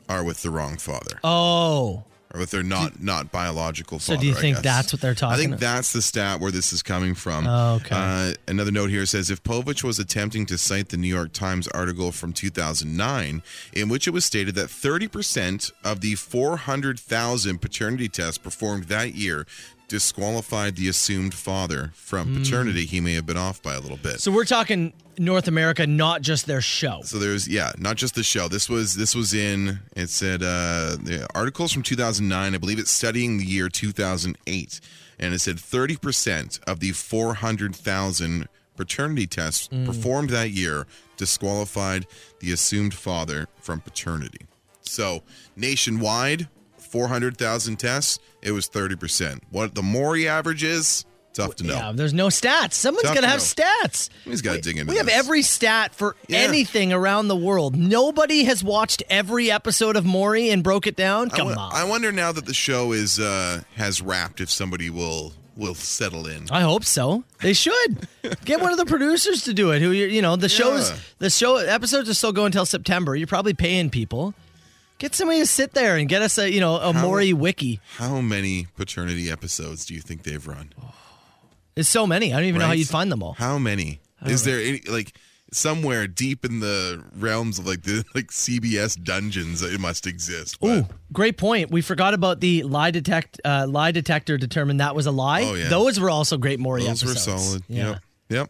are with the wrong father,
oh,
or with their not not biological
So
father.
do you
I
think
guess.
that's what they're
I
talking
think
of?
that's the stat where this is coming from.
Oh, okay.
Uh, another note here says if Povich was attempting to cite the New York Times article from 2009, in which it was stated that 30% of the 400,000 paternity tests performed that year disqualified the assumed father from paternity, he may have been off by a little bit.
Hmm. so we're talking North America, not just their show.
So there's yeah, not just the show. This was this was in it said uh, the articles from 2009. I believe it's studying the year 2008, and it said 30 percent of the 400,000 paternity tests
Mm.
performed that year disqualified the assumed father from paternity. So nationwide, 400,000 tests. It was 30 percent. What the Maury average is, tough to know.
Yeah, there's no stats. Someone's
Tough
gonna
to
have
know.
stats.
Somebody's gotta
We-
dig into
We have
this.
every stat for
Yeah.
anything around the world. Nobody has watched every episode of Maury and broke it down.
I
Come
wo-
on.
I wonder now that the show is uh, has wrapped if somebody will will settle in.
I hope so. They should get one of the producers to do it. Who you you know the shows
Yeah.
the show episodes are still going until September. You're probably paying people. Get somebody to sit there and get us a you know a Maury wiki.
How many paternity episodes do you think they've run?
Oh. There's so many. I don't even know how
Right?
you'd find them all.
How many? Is there any like somewhere deep in the realms of like the like CBS dungeons it must exist? but-
Ooh, great point. We forgot about the lie detect uh, lie detector determined that was a lie.
Oh, yeah.
Those were also great Maury
those
episodes.
were solid.
Yeah.
Yep. Yep.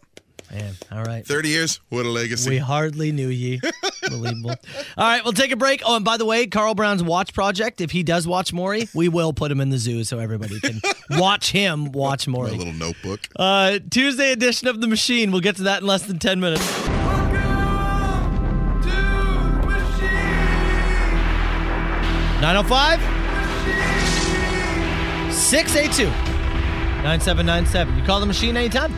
Man, all right.
Thirty years. What a legacy.
We hardly knew ye. Unbelievable. All right, we'll take a break. Oh, and by the way, Carl Brown's watch project, if he does watch Maury, we will put him in the zoo so everybody can watch him watch
a
Maury.
little notebook.
Uh, Tuesday edition of The Machine. We'll get to that in less than 10 minutes.
Welcome to
905 682 9797. You call the machine anytime.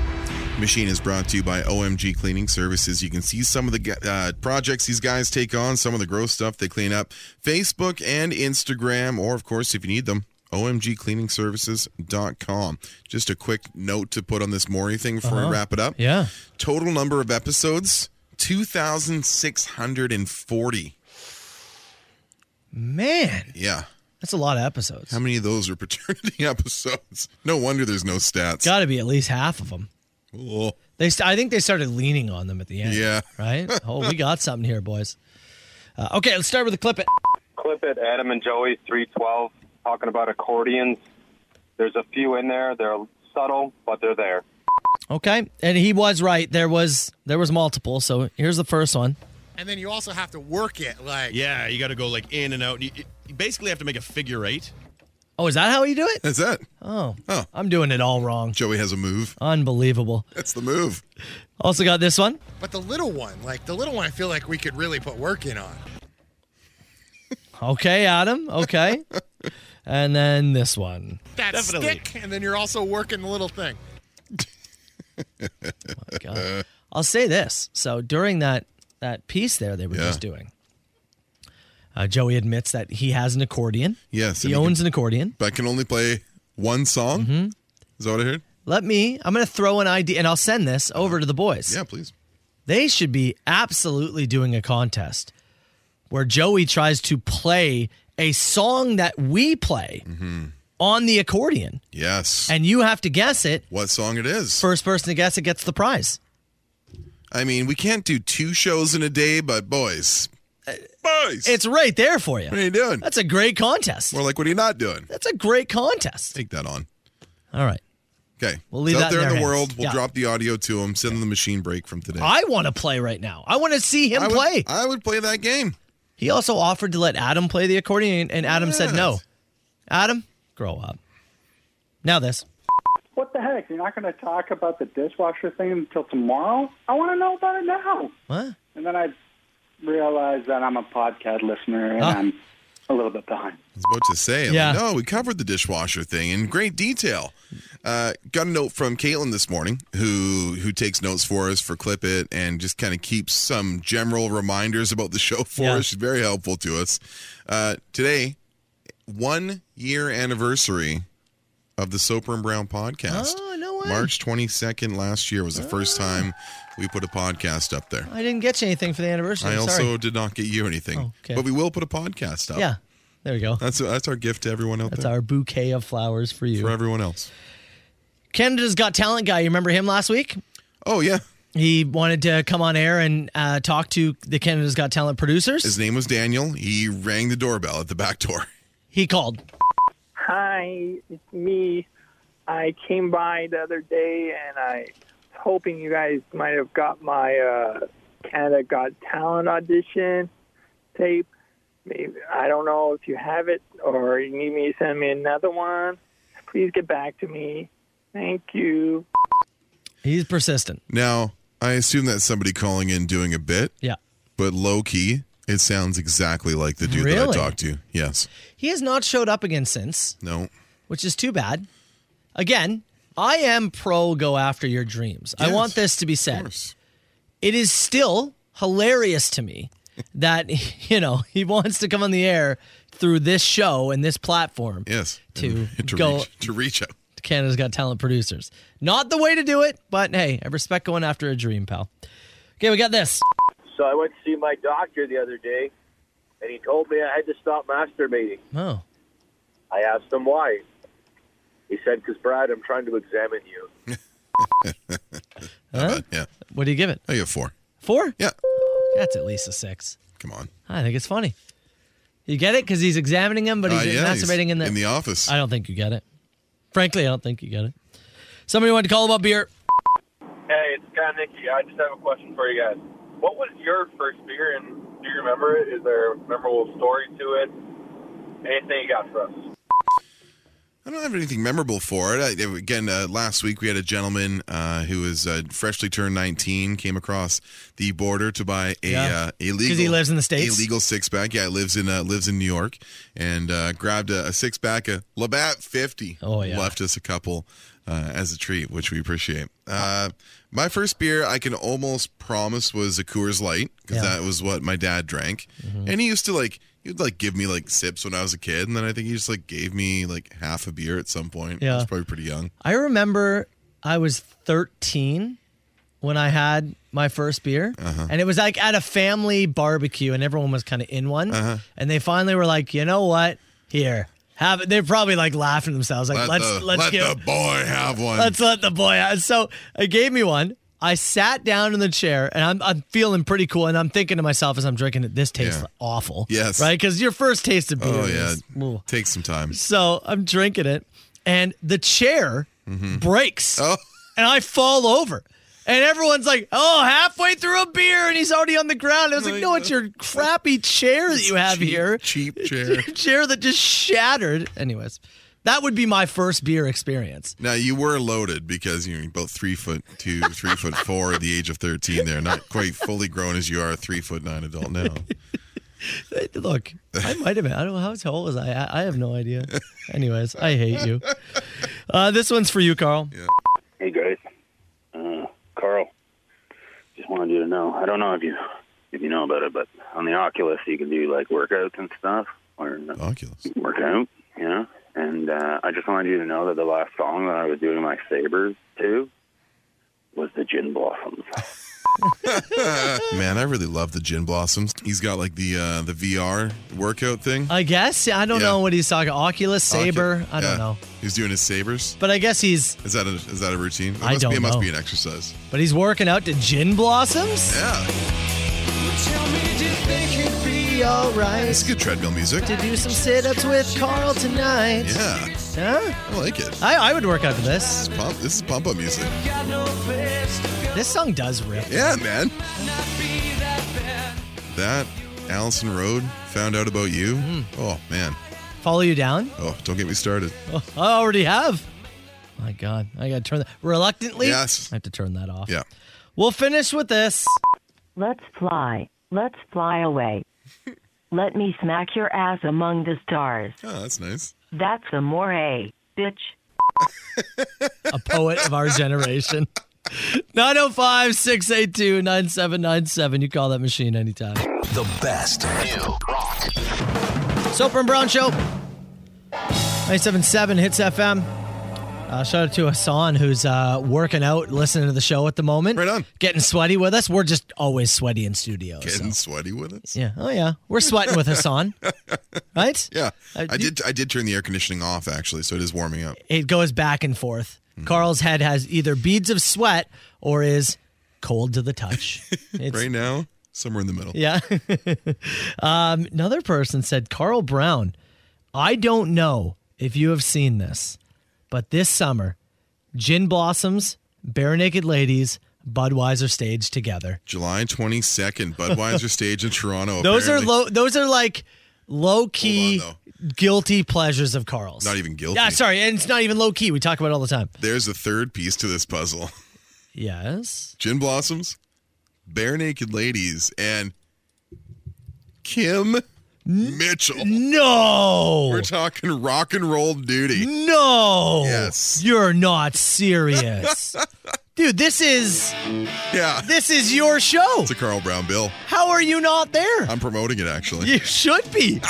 Machine is brought to you by OMG Cleaning Services. You can see some of the gu- uh, projects these guys take on, some of the gross stuff they clean up, Facebook and Instagram, or of course, if you need them, omgcleaningservices.com. Just a quick note to put on this Maury thing before
Uh-huh.
we wrap it up.
Yeah.
Total number of episodes 2,640.
Man,
Yeah.
that's a lot of episodes.
How many of those are paternity episodes? No wonder there's no stats.
Got to be at least half of them.
Oh,
They, st- I think they started leaning on them at the end.
yeah.
Right? Oh, we got something here, boys. Uh, okay, let's start with the clip. It.
clip it, Adam and Joey, 312, talking about accordions. There's a few in there. They're subtle, but they're there.
Okay, and he was right. There was there was multiple. So here's the first one.
And then you also have to work it. Like,
Yeah, you got to go like in and out. You, you basically have to make a figure eight.
Oh, is that how you do it?
That's it.
Oh,
oh,
I'm doing it all wrong.
Joey has a move.
Unbelievable.
That's the move.
Also got this one.
but the little one, like the little one, I feel like we could really put work in on.
Okay, Adam. Okay, and then this one.
That
Definitely.
stick, and then you're also working the little thing.
God. I'll say this. So during that that piece there, they were
Yeah.
just doing. Uh, Joey admits that he has an accordion.
Yes.
He
and
owns an accordion.
But I can only play one song. Mm-hmm. Is that what I heard?
Let me. I'm going to throw an idea, and I'll send this over to the boys.
Yeah, please.
They should be absolutely doing a contest where Joey tries to play a song that we play on the accordion,
Yes.
and you have to guess it.
what song it is?
First person to guess it gets the prize.
I mean, we can't do two shows in a day, but boys, boys,
Uh, It's right there for you.
what are you doing?
That's a great contest.
We're like, what are you not doing?
That's a great contest.
Take that on.
All right.
Okay,
We'll leave
it's
that
out
in
there in the
their hands.
world. We'll
Yeah.
drop the audio to them. Send them the machine break from today.
I want to play right now. I want to see him
I would,
play.
I would play that game.
He also offered to let Adam play the accordion, and- and Adam said no.
Yes.
Adam, grow up. Now this.
What the heck? You're not going to talk about the dishwasher thing until tomorrow? I want to know about it now.
What?
And then I realized that I'm a podcast listener and
Ah.
I'm a little bit behind.
I was about to say, I'm
Yeah.
like, no, we covered the dishwasher thing in great detail. Uh, got a note from Caitlin this morning, who who takes notes for us for Clip It and just kind of keeps some general reminders about the show for
Yeah.
us. She's very helpful to us. Uh, today, one year anniversary of the Soper and Brown podcast.
Oh, no way.
March 22nd last year was the first time we put a podcast up there.
I didn't get you anything for the anniversary.
I
I'm
also
Sorry.
did not get you anything,
Oh, okay.
but we will put a podcast up.
Yeah. There we go.
That's that's our gift to everyone out
That's
there.
our bouquet of flowers for you.
for everyone else.
Canada's Got Talent guy. You remember him last week?
Oh yeah,
He wanted to come on air and uh, talk to the Canada's Got Talent producers.
his name was Daniel. He rang the doorbell at the back door.
He called.
Hi, it's me. I came by the other day and I was hoping you guys might have got my uh, Canada Got Talent audition tape. Maybe I don't know if you have it or you need me to send me another one. Please get back to me. Thank you.
He's persistent.
Now I assume that's somebody calling in doing a bit,
Yeah.
but low key, it sounds exactly like the dude that I
Really?
talked to. Yes.
He has not showed up again since,
No.
which is too bad. Again, I am pro go after your dreams. I
Yes,
want this to be said. It is still hilarious to me that, you know, he wants to come on the air through this show and this platform
Yes.
to,
to
go
reach to reach out.
to Canada's Got Talent producers. Not the way to do it, but hey, I respect going after a dream, pal. Okay, we got this.
So I went to see my doctor the other day, and he told me I had to stop masturbating.
Oh.
I asked him why. He said, "Because Brad, I'm trying to examine you."
Huh?
Yeah.
What do you give it?
I get four.
Four?
Yeah.
That's at least a six.
Come on.
I think it's funny. You get it? Because he's examining him, but he's
Uh, yeah, he's
masturbating in the.
in the office.
I don't think you get it. Frankly, I don't think you get it. Somebody wanted to call about beer.
Hey, it's Guy Nicky. I just have a question for you guys. What was your first beer, and do you remember it? Is there a memorable story to it? Anything you got for us?
I don't have anything memorable for it. I, again, uh, last week we had a gentleman uh, who was uh, freshly turned 19, came across the border to buy a
Yeah.
uh, illegal
'Cause he lives in the States?
a legal six pack. Yeah, lives in uh, lives in New York and uh, grabbed a, a six pack of Labatt 50. Oh yeah, left us a couple uh, as a treat, which we appreciate. Uh, my first beer, I can almost promise, was a Coors Light because
Yeah.
that was what my dad drank,
Mm-hmm.
and he used to like he would like give me like sips when I was a kid, and then I think he just like gave me like half a beer at some point. I was
Yeah.
probably pretty young.
I remember I was 13 when I had my first beer,
Uh-huh.
and it was like at a family barbecue, and everyone was kind of in one,
Uh-huh.
and they finally were like, "You know what? Here, have it." They're probably like laughing themselves, like,
Let
"Let's
the-
let's
let
give
the boy have one."
Let's let the boy have." So I gave me one. I sat down in the chair, and I'm I'm feeling pretty cool, and I'm thinking to myself as I'm drinking it, "This tastes
Yeah.
awful."
Yes.
right? Because your first taste of beer.
Oh
is-
yeah, takes some time.
so I'm drinking it, and the chair
Mm-hmm.
breaks,
Oh.
and I fall over. And everyone's like, "Oh, halfway through a beer, and he's already on the ground." I was like, "No, it's your crappy chair that you have here,
cheap chair,
chair that just shattered." Anyways, that would be my first beer experience.
Now you were loaded because you're about three foot two, three foot four at the age of thirteen. There, not quite fully grown as you are, a three foot nine adult now.
Look, I might have been. I don't know how tall was I. I, I have no idea. Anyways, I hate you. Uh, this one's for you, Carl.
Hey guys, uh, Carl. Just wanted you to know. I don't know if you if you know about it, but on the Oculus you can do like workouts and stuff, or
Oculus
workout, you know. And uh, I just wanted you to know that the last song that I was doing my sabers to was the Gin Blossoms.
Man, I really love the Gin Blossoms. He's got like the uh, the VR workout thing.
I guess I don't
Yeah.
know what he's talking. Oculus, Saber. I don't
Yeah.
know.
He's doing his sabers.
But I guess he's.
Is that a, is that a routine? It
I
must
don't
be, It must
know.
be an exercise.
But he's working out to gin blossoms?
Yeah. It's good treadmill music.
to do some sit ups with Carl tonight?
Yeah.
Huh?
I like it.
I, I would work out to this.
This is pump. This is pump up music.
This song does rip.
Yeah, man. That Allison Road found out about you.
Hmm.
Oh man.
Follow you down?
Oh, don't get me started.
Oh, I already have. My God. I got to turn that. Reluctantly?
Yes.
I have to turn that off.
Yeah.
We'll finish with this.
Let's fly. Let's fly away. Let me smack your ass among the stars.
Oh, that's nice.
That's amore, bitch.
A poet of our generation. 905 682 9797. You call that machine anytime.
The best. New rock.
Soper and Brown Show. 977 Hits FM. Uh, shout out to Hassan who's uh, working out, listening to the show at the moment. Right on. Getting sweaty with us. We're just always sweaty in studio.
Getting sweaty with us.
Yeah. Oh, yeah. We're sweating with Hassan, right?
Yeah. I did. I did turn the air conditioning off actually, so it is warming up.
It goes back and forth.
Hmm.
Carl's head has either beads of sweat or is cold to the touch. It's-
right now, somewhere in the middle.
Yeah. um, another person said, Carl Brown, I don't know if you have seen this, but this summer, Gin Blossoms, Bare Naked Ladies, Budweiser stage together.
July twenty second, Budweiser stage in Toronto.
Those are
apparently.
low. Those are like low key guilty pleasures of Carl's.
Not even guilty.
Yeah, sorry, and it's not even low key. We talk about it all the time.
There's a third piece to this puzzle.
Yes.
Gin blossoms, bare naked ladies, and Kim Mitchell.
No.
We're talking rock and roll duty.
No.
Yes.
You're not serious. Dude, this is
Yeah.
This is your show.
It's a Carl Brown bill.
how are you not there?
I'm promoting it actually.
You should be.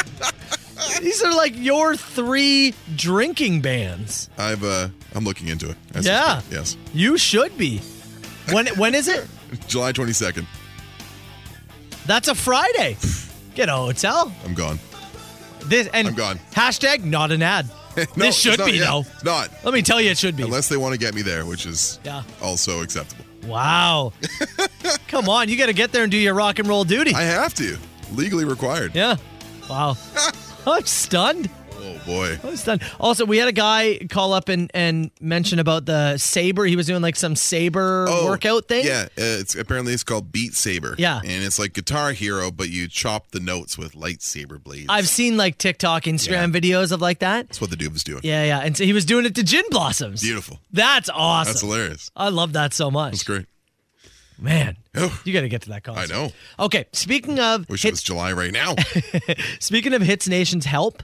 These are like your three drinking bands.
I've uh I'm looking into it. I
Yeah.
suspect. Yes.
You should be. When when is it?
July 22nd.
That's a Friday. Get a hotel.
I'm gone.
This and
I'm gone.
Hashtag not an ad.
No,
this should
it's not,
be
yeah,
though.
it's not.
Let me tell you, it should be.
Unless they want to get me there, which is
Yeah.
also acceptable.
Wow. Come on, you got to get there and do your rock and roll duty. I
have to. Legally required.
Yeah. Wow. I'm stunned.
Oh boy.
I was done. Also, we had a guy call up and, and mention about the saber. He was doing like some saber workout thing.
Yeah, uh, it's apparently it's called Beat Saber.
Yeah.
and it's like Guitar Hero, but you chop the notes with lightsaber blades.
I've seen like TikTok, Instagram videos of like that.
That's what the dude was doing.
Yeah, yeah. And so he was doing it to Gin Blossoms.
Beautiful.
That's awesome.
That's hilarious.
I love that so much.
That's great.
Man, you got to get to that
I
concert.
know.
Okay, speaking of
Wish it was July right now.
speaking of Hits Nation's help,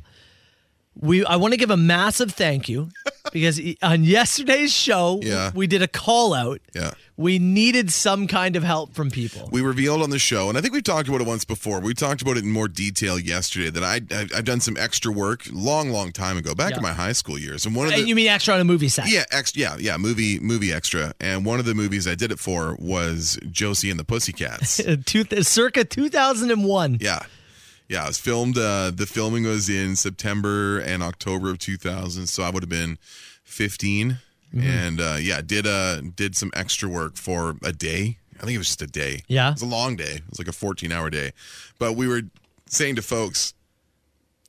we I want to give a massive thank you because e- on yesterday's show
Yeah.
we did a call out.
Yeah.
We needed some kind of help from people.
We revealed on the show, and I think we've talked about it once before. We talked about it in more detail yesterday. That I I've, I've done some extra work long, long time ago, back
Yeah.
in my high school years, and one of the
and you mean extra on a movie set?
yeah, ex- yeah, yeah, movie movie extra. And one of the movies I did it for was Josie and the Pussycats.
Uh, Two, circa 2001.
yeah. Yeah, it was filmed. Uh, the filming was in September and October of 2000, so I would have been 15.
Mhm.
And uh, yeah, did uh, did some extra work for a day. I think it was just a day.
Yeah.
it was a long day. It was like a 14 hour day. But we were saying to folks,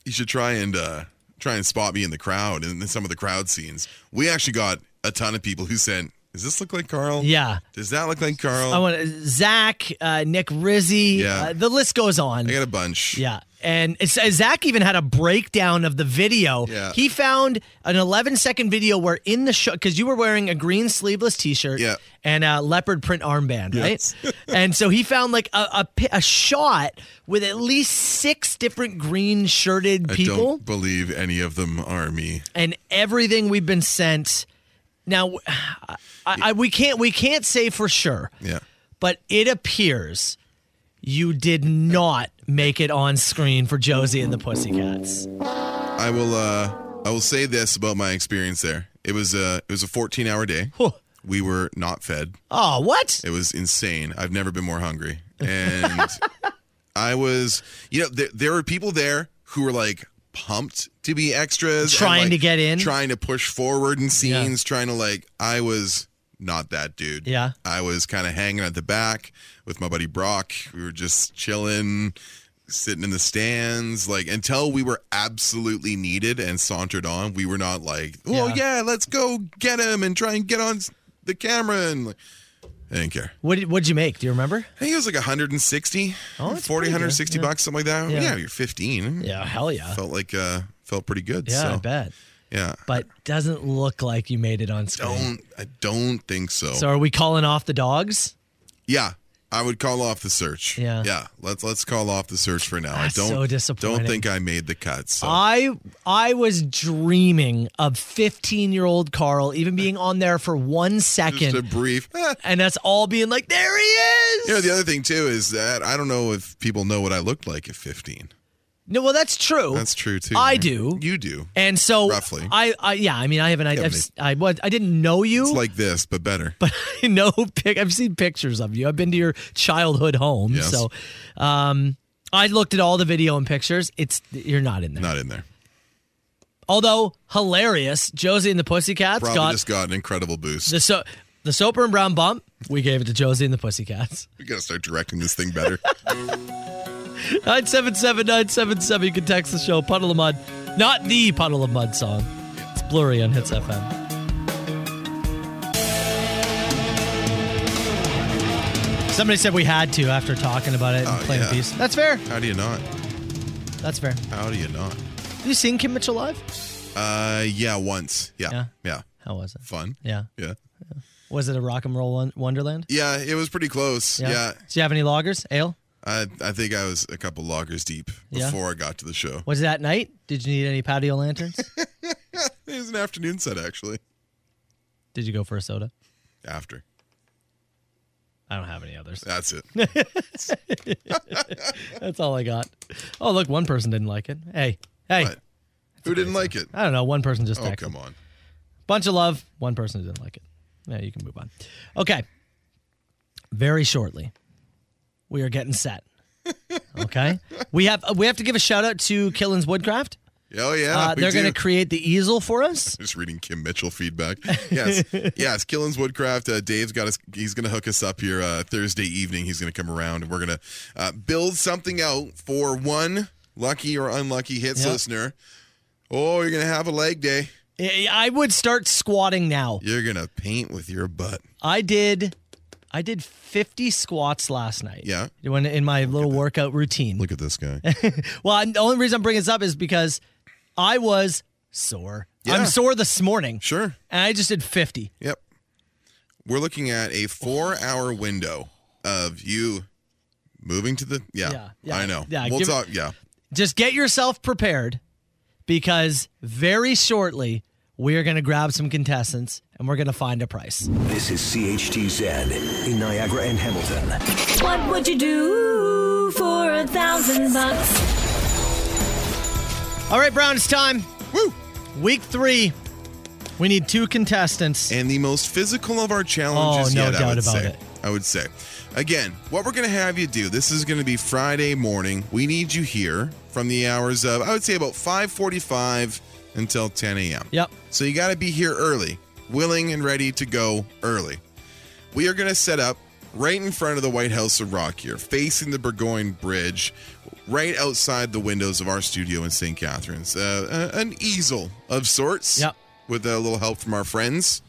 you should try and uh, try and spot me in the crowd and in some of the crowd scenes. We actually got a ton of people who said, "Does this look like Carl?
Yeah.
Does that look like Carl?
I want Zach, uh, Nick Rizzi.
Yeah.
uh, the list goes on.
I got a bunch.
Yeah. And it's- uh, Zach even had a breakdown of the video.
Yeah.
He found an 11 second video where in the show, because you were wearing a green sleeveless t shirt and a leopard print armband,
Yes.
right? and so he found like a, a, pi- a shot with at least six different green shirted
I
people
don't believe any of them are me.
and everything we've been sent. Now, I, I, we can't we can't say for sure,
Yeah.
but it appears you did not make it on screen for Josie and the Pussycats.
I will uh I will say this about my experience there. It was a it was a 14 hour day. We were not fed.
Oh, what?
It was insane. I've never been more hungry. And I was you know there, there were people there who were like pumped to be extras and,
Trying
like,
to get in.
trying to push forward in scenes trying to like I was not that dude.
Yeah.
I was kind of hanging at the back with my buddy Brock. We were just chilling, sitting in the stands, like until we were absolutely needed and sauntered on. We were not like, oh yeah, let's go get him and try and get on s- the camera. And like, I didn't care.
What did, what'd you make? Do you remember?
I think it was like 160,
Oh,
40,
that's pretty good.
160
Yeah.
bucks, something like that.
Yeah.
Yeah. you're 15.
Yeah, hell yeah.
Felt like, uh, felt pretty good.
Yeah,
so,
I bet.
Yeah.
But doesn't look like you made it on screen.
Don't, I don't think so.
So are we calling off the dogs?
Yeah, I would call off the search.
Yeah.
yeah. Let's let's call off the search for now.
That's
I don't
so disappointing.
don't think I made the cut. So
I I was dreaming of 15 year old Carl even being on there for one second.
just a brief.
and that's all being like, there he is.
You know, the other thing too is that I don't know if people know what I looked like at 15.
No, well, that's true.
That's true too.
I do.
You do.
And so,
Roughly.
I, I yeah, I mean, I haven't. I,
Yeah,
I've,
but
s- I was. I didn't know you,
It's like this, but better.
but I know. Pic, I've seen pictures of you. I've been to your childhood home.
Yes.
So, um, I looked at all the video and pictures. It's you're not in there.
Not in there.
Although hilarious, Josie and the Pussycats
Probably
got
just got an incredible boost.
the so the Soper and Brown bump. We gave it to Josie and the Pussycats.
We gotta start directing this thing better.
Nine seven seven nine seven seven. You can text the show "Puddle of Mud," not the "Puddle of Mud" song. It's blurry on Hits FM. Somebody said we had to after talking about it and playing a piece. That's fair.
How do you not?
That's fair.
How do you not?
Have you seen Kim Mitchell live?
Uh, yeah, once. Yeah,
Yeah?
yeah.
How was it?
Fun.
Yeah.
Yeah.
Was it a rock and roll won- wonderland?
Yeah, it was pretty close. yeah.
Do you have any loggers? Ale?
I I think I was a couple loggers deep
Yeah.
before I got to the show.
Was it at night? Did you need any patio lanterns?
It was an afternoon set actually.
Did you go for a soda?
After
I don't have any others.
that's it.
That's all I got. Oh, look, one person didn't like it. Hey, hey.
Who didn't like it?
I don't know. One person just
Oh
texted.
come on.
Bunch of love. One person didn't like it. Yeah, you can move on. Okay. Very shortly, we are getting set. Okay. we have uh, we have to give a shout out to Killin's Woodcraft.
Oh yeah.
uh,
we
they're
do.
going to create the easel for us.
just reading Kim Mitchell feedback. Yes, yes. Killins Woodcraft. Uh, Dave's got us. He's going to hook us up here uh, Thursday evening. He's going to come around, and we're going to uh, build something out for one lucky or unlucky hits
Yeah.
listener Oh, you're gonna have a leg day.
I I would start squatting now.
You're gonna paint with your butt.
I did I did 50 squats last night.
Yeah.
When in my little workout routine.
Look at this guy.
well, I'm, the only reason I'm bringing this up is because I was sore.
Yeah.
I'm sore this morning.
Sure.
And I just did 50.
Yep. We're looking at a four-hour window of you moving to the. Yeah.
Yeah, yeah,
I know.
yeah,
We'll
give-
talk. Yeah.
Just get yourself prepared because very shortly we are going to grab some contestants and we're going to find a price.
This is CHTZ in Niagara and Hamilton.
What would you do for a thousand bucks?
All right, Brown, it's time. Woo! Week three. We need two contestants.
And the most physical of our challenges
Oh, no
yet, I
doubt
would
about
say.
it.
I would say. Again, what we're going to have you do, this is going to be Friday morning. We need you here from the hours of, I would say, about 5.45 until 10 a.m.
Yep.
So you got to be here early, willing and ready to go early. We are going to set up right in front of the White House of Rock here, facing the Burgoyne Bridge, right outside the windows of our studio in St. Catharines. Uh, uh, an easel of sorts. Yep. With a little help from our friends.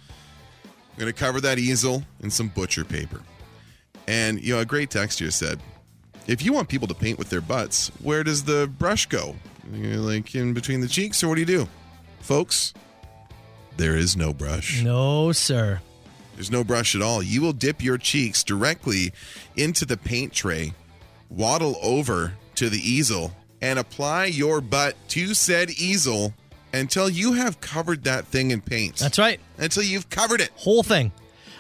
I'm going to cover that easel in some butcher paper. And, you know, a great text here said, if you want people to paint with their butts, where does the brush go? You know, Like in between the cheeks, or what do you do? Folks, there is no brush.
No, sir.
There's no brush at all. You will dip your cheeks directly into the paint tray, waddle over to the easel, and apply your butt to said easel until you have covered that thing in paint.
That's right.
Until you've covered it.
Whole thing.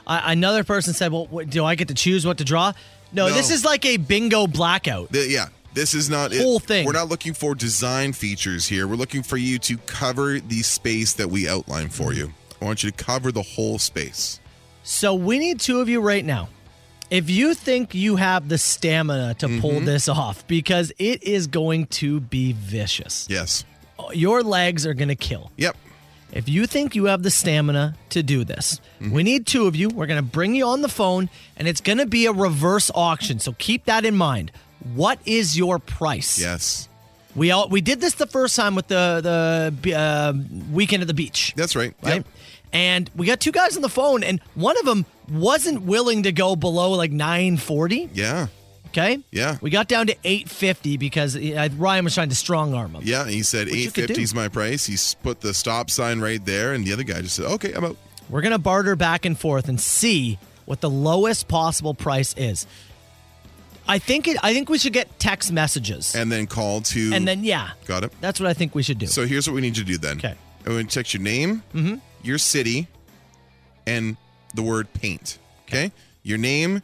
I, another person said, well, what, do I get to choose what to draw? No,
No.
this is like a bingo blackout.
The- yeah, this is not
Whole
it.
thing.
We're not looking for design features here. We're looking for you to cover the space that we outline for you. I want you to cover the whole space.
So we need two of you right now. If you think you have the stamina to pull
Mhm.
this off, because it is going to be vicious.
Yes.
Your legs are going to kill.
Yep.
If you think you have the stamina to do this, we need two of you. We're going to bring you on the phone, and it's going to be a reverse auction. So keep that in mind. What is your price?
Yes.
We all we did this the first time with the the uh, weekend at the beach.
That's right.
Right. And we got two guys on the phone, and one of them wasn't willing to go below like nine forty.
Yeah.
Okay.
Yeah.
We got down to eight fifty because uh, Ryan was trying to strong arm him.
Yeah, he said
you
eight
could
fifty
do.
is my price. He s- put the stop sign right there, and the other guy just said, "Okay, I'm out."
We're gonna barter back and forth and see what the lowest possible price is. I think it. I think we should get text messages,
And then call to.
and then yeah,
got it.
that's what I think we should do.
So here's what we need you to do then. Okay. Mm-hmm. I'm going to text your name,
Mhm.
your city, and the word paint. Okay. Your name,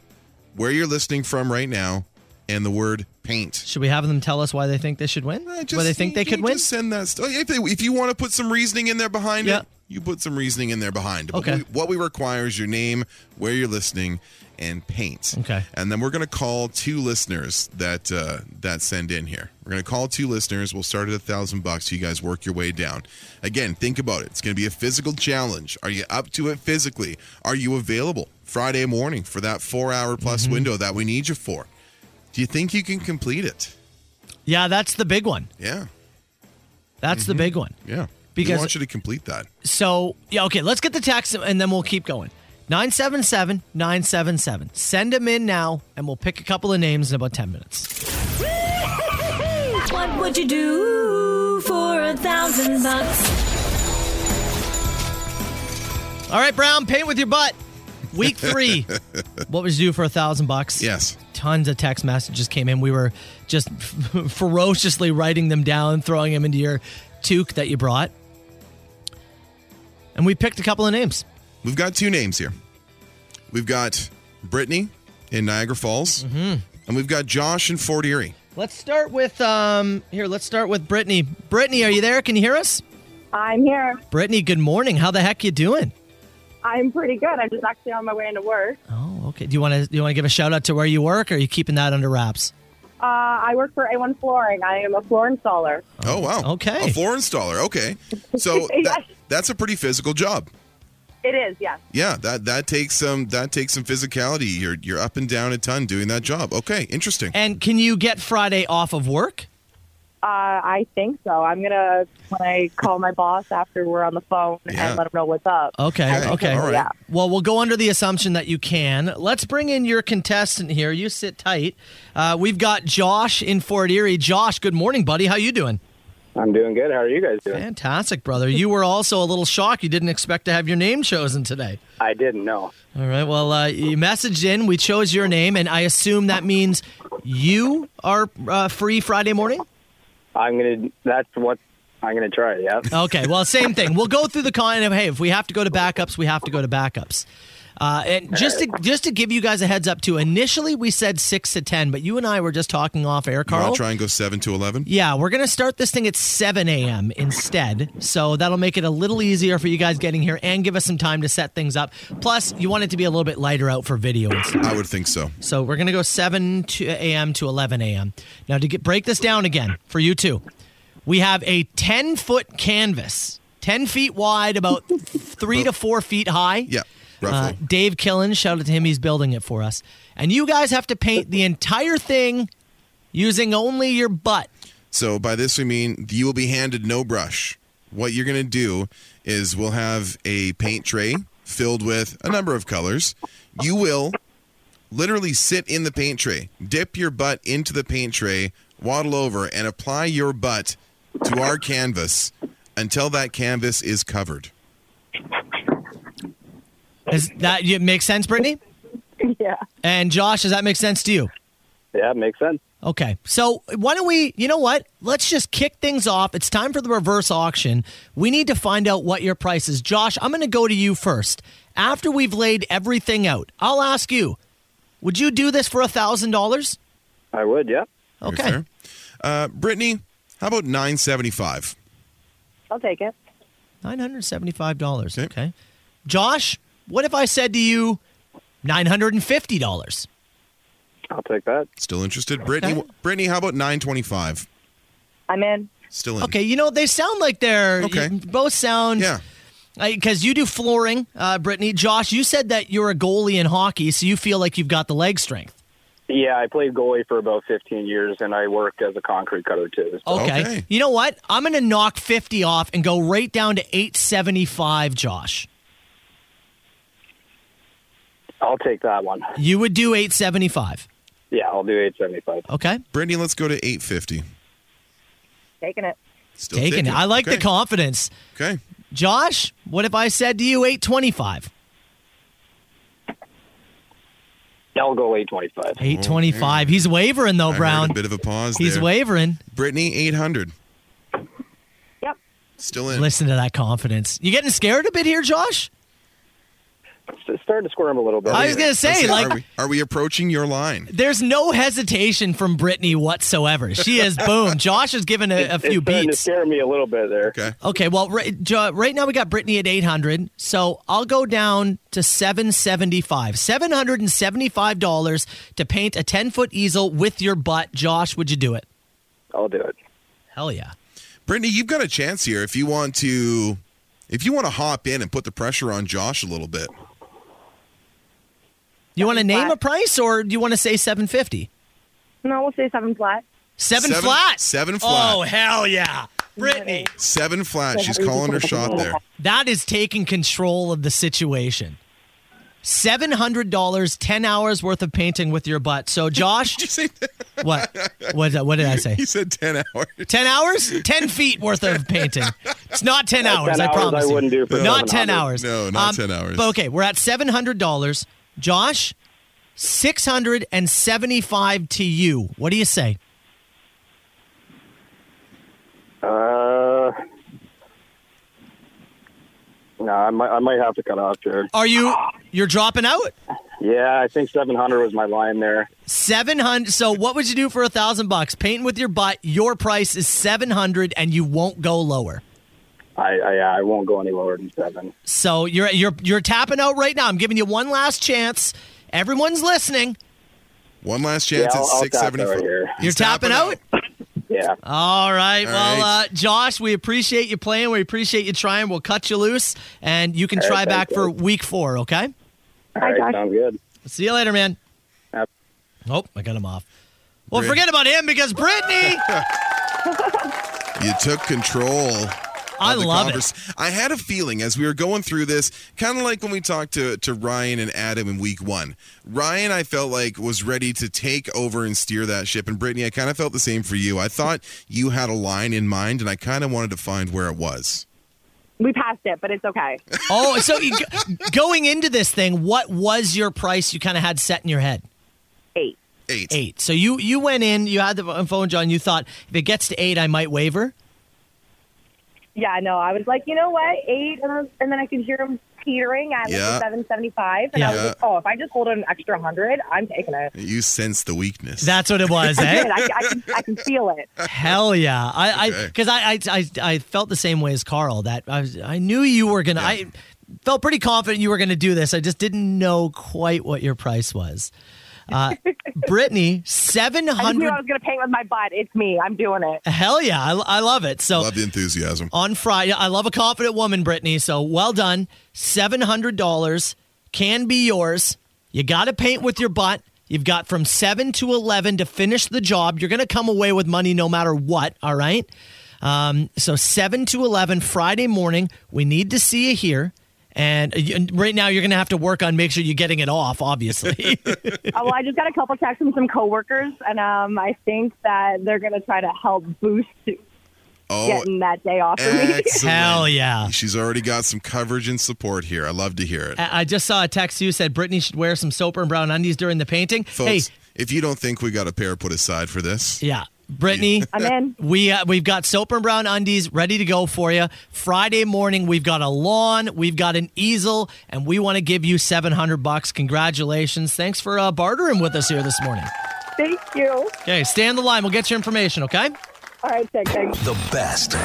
where you're listening from right now, and the word paint.
Should we have them tell us why they think they should win?
Uh, Eh,
why they think they could win?
Send that stuff. If, they, if you want to put some reasoning in there behind it, you put some reasoning in there behind it. But
Okay.
we- what we require is your name, where you're listening, and paint.
Okay.
And then we're going to call two listeners that uh, that send in here. We're going to call two listeners. We'll start at a thousand bucks. You guys work your way down. Again, think about it. It's going to be a physical challenge. Are you up to it physically? Are you available Friday morning for that four hour plus
Mm-hmm.
window that we need you for? Do you think you can complete it?
Yeah, that's the big one.
Yeah.
That's the big one.
Mm-hmm. Yeah. we
Because-
want you to complete that.
So, yeah, okay, let's get the text and then we'll keep going. 977 977. Send them in now and we'll pick a couple of names in about 10 minutes.
What would you do for a thousand bucks?
All right, Brown, paint with your butt. Week three. what was due for a thousand bucks?
Yes.
Tons of text messages came in. We were just ferociously writing them down, throwing them into your toque that you brought. And we picked a couple of names.
We've got two names here. We've got Brittany in Niagara Falls,
Mm-hmm.
and we've got Josh in Fort Erie.
Let's start with um here, let's start with Brittany. Brittany, are you there? Can you hear us?
I'm here.
Brittany, good morning. How the heck you doing?
I'm pretty good. I'm just actually on my way into work.
Oh, okay. Do you want to do you want to give a shout out to where you work? Or are you keeping that under wraps?
Uh, I work for A1 Flooring. I am a floor installer.
Oh, wow.
Okay.
A floor installer. Okay. So that,
Yes.
that's a pretty physical job.
It is, yes.
Yeah, that that takes some that takes some physicality. You're you're up and down a ton doing that job. Okay, interesting.
And can you get Friday off of work?
Uh, I think so. I'm gonna when I call my boss after we're on the phone
Yeah.
and let him know what's up. I
Okay.
think
Okay.
so, Yeah.
Well, we'll go under the assumption that you can. Let's bring in your contestant here. You sit tight. Uh, we've got Josh in Fort Erie. Josh, good morning, buddy. How you doing?
I'm doing good. How are you guys doing?
Fantastic, brother. You were also a little shocked. You didn't expect to have your name chosen today.
I didn't know.
All right. Well, uh, you messaged in. We chose your name, and I assume that means you are uh, free Friday morning.
I'm gonna. That's what I'm gonna try. Yeah.
Okay, well, same thing. We'll go through the kind of hey, if we have to go to backups, we have to go to backups. Uh, and just to just to give you guys a heads up too, initially we said six to ten, but you and I were just talking off air,
You want
Carl.
to try and go 7 to 11?
Yeah, we're gonna start this thing at seven a.m. instead, so that'll make it a little easier for you guys getting here and give us some time to set things up. Plus, you want it to be a little bit lighter out for video and stuff.
I would think so.
So we're gonna go seven to a.m. to eleven a.m. Now to get break this down again for you two, we have a ten foot canvas, ten feet wide, about three to four feet high. Yeah,
roughly.
Dave Killen, shout out to him, he's building it for us. And you guys have to paint the entire thing using only your butt.
So by this we mean you will be handed no brush. What you're going to do is we'll have a paint tray filled with a number of colors. You will literally sit in the paint tray, dip your butt into the paint tray, waddle over and apply your butt to our canvas until that canvas is covered.
Does that you- make sense, Brittany?
Yeah.
And Josh, does that make sense to you?
Yeah, makes sense.
Okay. So why don't we, you know what? Let's just kick things off. It's time for the reverse auction. We need to find out what your price is. Josh, I'm going to go to you first. After we've laid everything out, I'll ask you, would you do this for a $1,000?
I would. Yeah.
Okay. Uh, Brittany, how about 975?
I'll take it.
$975. Okay. Josh, what if I said to you, $950?
I'll take that.
Still interested, Brittany? Brittany, how about 925?
I'm in.
Still in.
Okay, you know they sound like they're Hmm. okay. both sound yeah. Because you do flooring, uh, Brittany. Josh, you said that you're a goalie in hockey, so you feel like you've got the leg strength.
Yeah, I played goalie for about 15 years, and I worked as a concrete cutter too. so-
Okay. You know what? I'm going to knock 50 off and go right down to 875, Josh.
I'll take that one.
You would do 875.
Yeah, I'll do 875.
Okay.
Brittany, let's go to 850.
Taking it.
Still
Taking it.
taking it.
I like the
Okay.
confidence.
Okay.
Josh, what if I said to you 825?
I'll go 825.
825. He's wavering though,
I
Brown.
heard a bit of a pause.
He's
there.
wavering.
Brittany, 800.
Yep.
Still in.
Listen to that confidence. You getting scared a bit here, Josh?
It's starting to squirm a little bit.
I was gonna say,
Listen,
like-
are we, are we approaching your line?
There's no hesitation from Brittany whatsoever. She is boom. Josh is giving a, a
It's
few
starting to
beats.
scare me a little bit there.
Okay.
Okay, well, right, Jo- right now we got Brittany at 800, so I'll go down to 775 $775 to paint a 10 foot easel with your butt. Josh, would you do it?
I'll do it.
Hell yeah.
Brittany, you've got a chance here if you want to if you want to hop in and put the pressure on Josh a little bit.
You want to name a price or do you want to say 750
No, we'll say seven flat.
Seven,
Seven-
flat.
seven flat.
Oh, hell yeah. Brittany.
Seven flat. She's calling her shot there.
That is taking control of the situation. Seven hundred dollars, ten hours worth of painting with your butt. So, Josh, what? What? What did I say?
He said ten hours.
Ten hours? Ten feet worth of painting. It's not ten
Not
hours.
10
I
hours
promise.
I
you.
wouldn't do for
not ten
700.
hours. Um,
No, not 10 hours.
But okay, we're at seven hundred dollars. Josh, six hundred and seventy-five to you. What do you say?
Uh, no, I might, I might have to cut off here.
Are you you're dropping out?
Yeah, I think 700 was my line there.
Seven hundred. So what would you do for a thousand bucks? Painting with your butt. Your price is seven hundred, and you won't go lower.
I, I I won't go any lower than seven.
So you're you're you're tapping out right now. I'm giving you one last chance. Everyone's listening.
One last
Yeah,
chance
I'll-
at
I'll
six
tap it
seventy
right
five.
here.
You're tapping, out.
Yeah.
All right.
All
well,
right.
Uh, Josh, we appreciate you playing. We appreciate you trying. We'll cut you loose, and you can
All right,
try
thanks,
back for
guys.
week four. Okay.
All right, sounds good.
See you later, man. Oh, I got him off. Well,
Brit-
forget about him because Brittany.
You took control.
I love it.
it. I had a feeling as we were going through this, kind of like when we talked to, to Ryan and Adam in week one. Ryan, I felt like was ready to take over and steer that ship. And Brittany, I kind of felt the same for you. I thought you had a line in mind, and I kind of wanted to find where it was.
We passed it, but it's okay.
Oh, so you, go- going into this thing, what was your price you kind of had set in your head?
Eight.
Eight.
Eight. So you you went in, you had the phone, John. You thought if it gets to eight, I might waver.
Yeah, no, I was like, you know what, eight, and, I was- and then I could hear him teetering at
Yeah.
like seven seventy-five, and I was
Yeah.
like, oh, if I just hold an extra hundred, I'm taking it.
You sensed the weakness.
That's what it was,
I
eh?
did. I, I, can, I can feel it.
Hell yeah! I
Okay.
because I, I I I felt the same way as Carl. That I was, I knew you were gonna. I felt pretty confident you were gonna do this. I just didn't know quite what your price was. Uh, Brittany, seven
I knew
hundred.
I was going to paint with my butt. It's me. I'm doing it.
Hell yeah! I, I love it. So
Love the enthusiasm.
on Friday. I love a confident woman, Brittany. So well done. Seven hundred dollars can be yours. You got to paint with your butt. You've got from seven to eleven to finish the job. You're going to come away with money no matter what. All right. Um, so seven to eleven Friday morning. We need to see you here. And, uh, you- and right now, you're going to have to work on make sure you're getting it off. Obviously.
oh, well, I just got a couple texts from some coworkers, and um, I think that they're going to try to help boost
Oh,
getting that day off for me.
excellent.
Hell yeah.
She's already got some coverage and support here. I love to hear it.
I I just saw a text you said Brittany should wear some soap and brown undies during the painting. hey,
Folks, if you don't think we got a pair put aside for this,
Yeah. Brittany,
I'm in.
We uh, we've got soap and brown undies ready to go for you. Friday morning, we've got a lawn, we've got an easel, and we want to give you seven hundred bucks. Congratulations! Thanks for uh, bartering with us here this morning.
Thank you.
Okay, stay on the line. We'll get your information. Okay.
All right, thanks. thanks.
The best.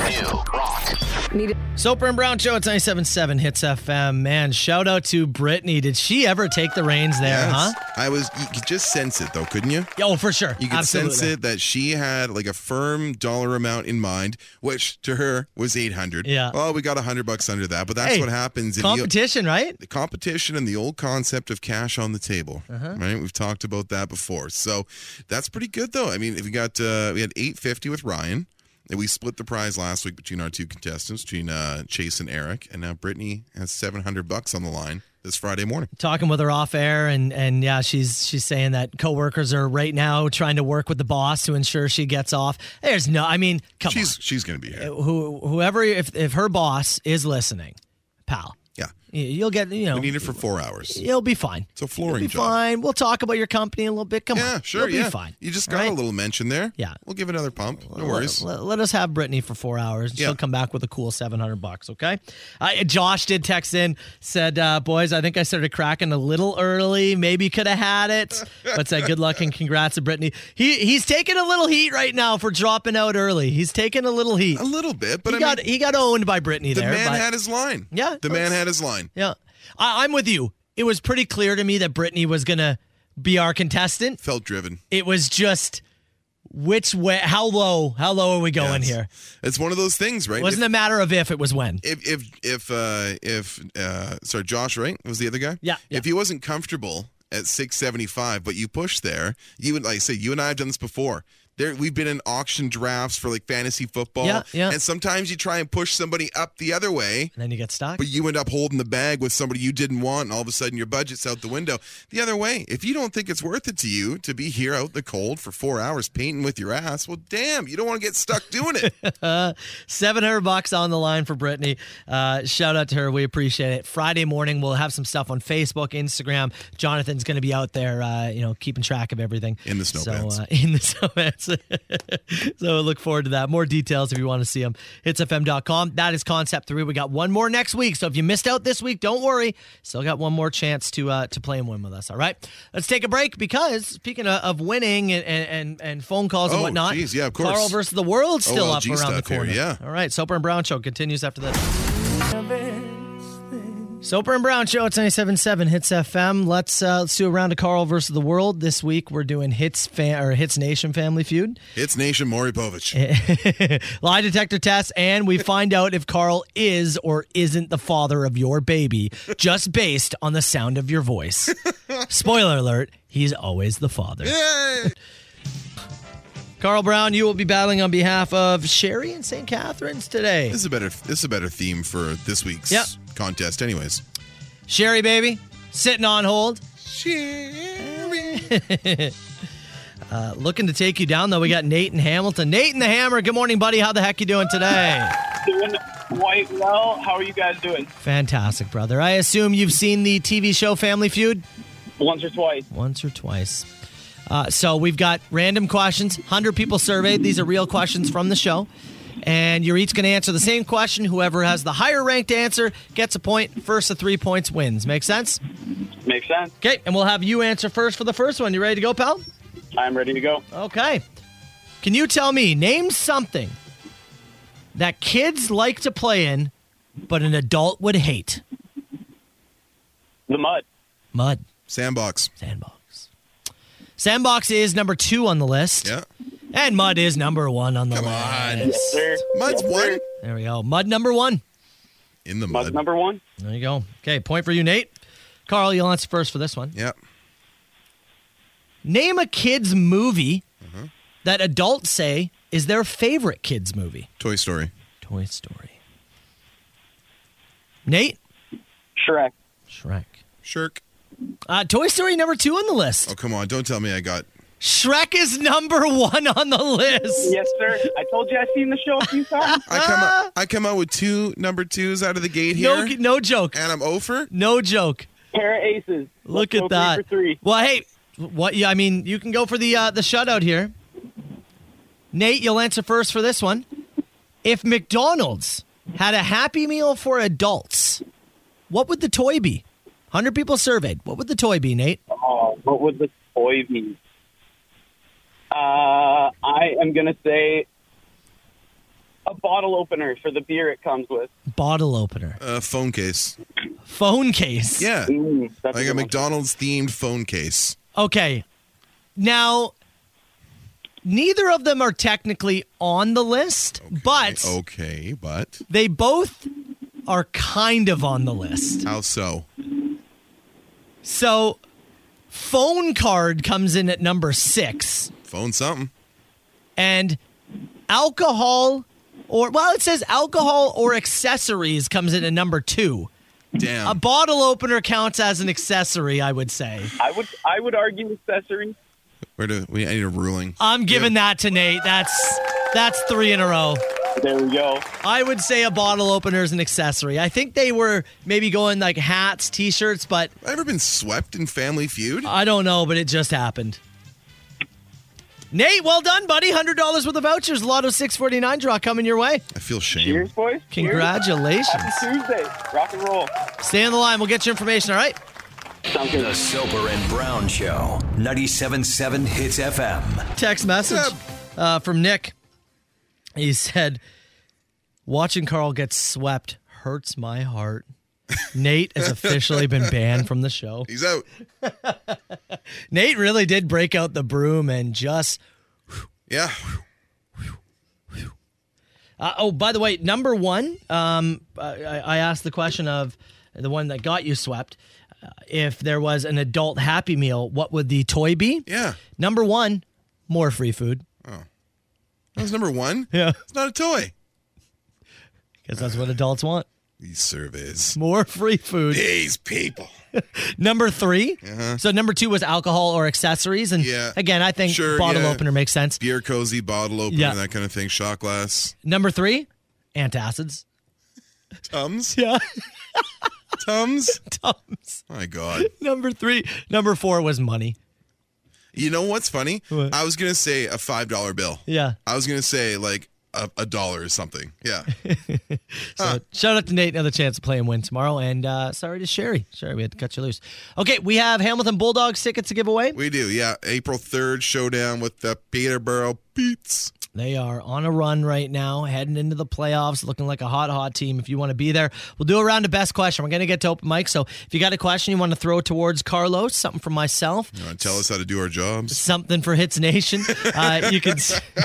Soper and Brown Show. It's 97.7 Hits FM. Man, shout out to Brittany. Did she ever take the reins there?
Yes.
Huh?
I was. You could just sense it, though, couldn't you?
Oh, for sure.
You could
Absolutely.
sense it that she had like a firm dollar amount in mind, which to her was eight hundred.
Yeah.
Well, we got hundred bucks under that, but that's
Hey,
what happens. in the,
Competition, right?
the competition and the old concept of cash on the table.
Uh-huh.
Right, we've talked about that before. So that's pretty good, though. I mean, if we got uh, we had eight fifty with Ryan, and we split the prize last week between our two contestants, between uh, Chase and Eric, and now Brittany has seven hundred bucks on the line this Friday morning.
talking with her off air and and yeah she's she's saying that coworkers are right now trying to work with the boss to ensure she gets off there's no i mean come
she's she's gonna be here.
on who whoever if if her boss is listening pal
Yeah,
y- you'll get you know
we need it for four hours.
you'll be fine
It's a
you'll
flooring
be
job.
fine we'll talk about your company in a little bit come
Yeah,
on
sure.
you'll
yeah,
be fine
You just
All
got a
right?
little mention there.
Yeah.
we'll give another pump. No
Let-
worries.
Let, let us have Brittany for four hours. And She'll
Yeah.
come back with a cool 700 bucks, okay? I, Josh did text in, said, uh, boys, I think I started cracking a little early. Maybe could have had it. But said, good luck and congrats to Brittany. He, he's taking a little heat right now for dropping out early. He's taking a little heat.
a little bit, but
he,
I
got,
mean,
he got owned by Brittany
the
there.
man
but-
had his line.
Yeah,
the man
that's-
had his line.
yeah. I, I'm with you. It was pretty clear to me that Brittany was going to be our contestant.
Felt driven.
It was just which way, how low, how low are we going
Yes.
here?
It's one of those things, right?
It wasn't a matter of if, it was when.
if if if uh if uh sorry josh right was the other guy
Yeah, yeah.
if he wasn't comfortable at 675 but you push there you and like i say you and i have done this before there we've been in auction drafts for like fantasy football
Yeah, yeah.
and sometimes you try and push somebody up the other way
And then you get stuck.
but you end up holding the bag with somebody you didn't want and all of a sudden your budget's out the window the other way if you don't think it's worth it to you to be here out in the cold for four hours painting with your ass well damn you don't want to get stuck doing it
Seven hundred bucks on the line for Brittany. Uh, shout out to her. We appreciate it. Friday morning, we'll have some stuff on Facebook, Instagram. Jonathan's going to be out there, uh, you know, keeping track of everything
In the snow
so,
pants.
Uh, in the snow pants. so look forward to that. More details if you want to see them. Hitsfm.com. That is concept three. We got one more next week. So if you missed out this week, don't worry. Still got one more chance to uh, to play and win with us. All right, let's take a break because speaking of, of winning and, and and phone calls and
Oh,
whatnot,
geez, yeah, of course.
Carl versus the world still up
OLG
around the
stuff here,
corner.
yeah.
All right, Soper and Brown Show continues after this. Soper and Brown Show, it's 97.7 Hits FM. Let's uh, let's do a round of Carl versus the world. This week we're doing Hits fan or Hits Nation Family Feud.
it's nation moripovich
Lie detector test, and we find out if Carl is or isn't the father of your baby just based on the sound of your voice. Spoiler alert, he's always the father.
Yay!
Carl Brown, you will be battling on behalf of Sherry and St. Catharines today.
This is a better this is a better theme for this week's
Yep.
contest, anyways.
Sherry, baby, sitting on hold. uh, looking to take you down, though. We got Nate and Hamilton. Nate and the Hammer. Good morning, buddy. How the heck you doing today?
Doing quite well. How are you guys doing?
Fantastic, brother. I assume you've seen the TV show Family Feud
Once or twice.
once or twice. Uh, so we've got random questions, 100 people surveyed. These are real questions from the show. And you're each going to answer the same question. Whoever has the higher ranked answer gets a point. First of three points wins. Make sense?
Makes sense.
Okay, and we'll have you answer first for the first one. You ready to go, pal?
I'm ready to go.
Okay. Can you tell me, name something that kids like to play in, but an adult would hate?
The mud.
Mud.
Sandbox.
Sandbox. Sandbox is number two on the list.
Yeah.
And mud is number one on the list.
Mud's one.
There we go. Mud number one.
In the
mud.
number one.
There you go. Okay, point for you, Nate. Carl, you'll answer first for this one.
Yep.
Name a kid's movie that adults say is their favorite kid's movie.
Toy Story.
Toy Story. Nate?
Shrek.
Shrek.
Shirk.
Uh, Toy Story number two on the list.
Oh, come on. Don't tell me I got.
Shrek is number one on the list.
Yes, sir. I told you I've seen the show a few times.
I come out, I come out with two number twos out of the gate
No,
here.
no joke.
And I'm over.
No joke.
Pair of aces.
Look
Let's
at
go
that.
Three for three.
Well, hey, what? Yeah, I mean, you can go for the uh, the shutout here. Nate, you'll answer first for this one. If McDonald's had a Happy Meal for adults, what would the toy be? Hundred people surveyed. What would the toy be, Nate?
Oh, what would the toy be? Uh, I am gonna say a bottle opener for the beer it comes with.
Bottle opener,
A phone case.
phone case.
Yeah.
Mm, that's a
like a
good one.
McDonald's themed phone case.
Okay. Now, neither of them are technically on the list, but
Okay, but
they both are kind of on the list.
how so?
So, phone card comes in at number six,
Phone something.
and alcohol, or well, it says alcohol or accessories comes in at number two.
Damn.
A bottle opener counts as an accessory, I would say.
I would I would argue accessories.
Where do we? I need a ruling.
I'm giving that to Nate. That's that's three in a row.
There we go.
I would say a bottle opener is an accessory. I think they were maybe going like hats, t-shirts, but
Have I ever been swept in Family Feud?
I don't know, but it just happened. Nate, well done, buddy. Hundred dollars worth of vouchers, Lotto six forty nine draw coming your way.
I feel shame.
Cheers, boys. Cheers.
Congratulations.
Happy Tuesday. Rock and roll.
Stay on the line. We'll get your information. All right.
The Soper and Brown Show, 97.7 Hits FM.
Text message uh, from Nick. He said, "Watching Carl get swept hurts my heart." Nate has officially been banned from the show.
He's out.
Nate really did break out the broom and just
Yeah.
Uh, oh, by the way, number one, um, I, I asked the question of the one that got you swept. Uh, if there was an adult Happy Meal, what would the toy be?
Yeah.
Number one, more free food.
That was number one.
Yeah.
It's not a toy.
Because that's what adults want.
These surveys.
More free food.
These people.
Number 3
Uh-huh.
So number two was alcohol or accessories. And
Yeah.
again, I think
Sure,
bottle
yeah.
opener makes sense.
Beer cozy, bottle opener,
Yeah.
that kind of thing. Shot glass.
Number three, antacids.
Tums.
Yeah.
Tums.
Tums.
My God.
Number three. Number four was money.
You know what's funny?
What?
I was gonna say a five dollar bill.
Yeah.
I was gonna say like a, a dollar or something. Yeah.
So shout out to Nate, another chance to play and win tomorrow. And uh, sorry to Sherry. Sherry, we had to cut you loose. Okay, we have Hamilton Bulldogs tickets to give away.
we do. Yeah. April third showdown with the Peterborough Peets.
They are on a run right now, heading into the playoffs, looking like a hot, hot team. If you want to be there, we'll do a round of best question. We're going to get to open mic. So if you got a question you want to throw towards Carlos, something for myself,
You wanna tell us how to do our jobs?
something for Hits Nation. Uh, you can.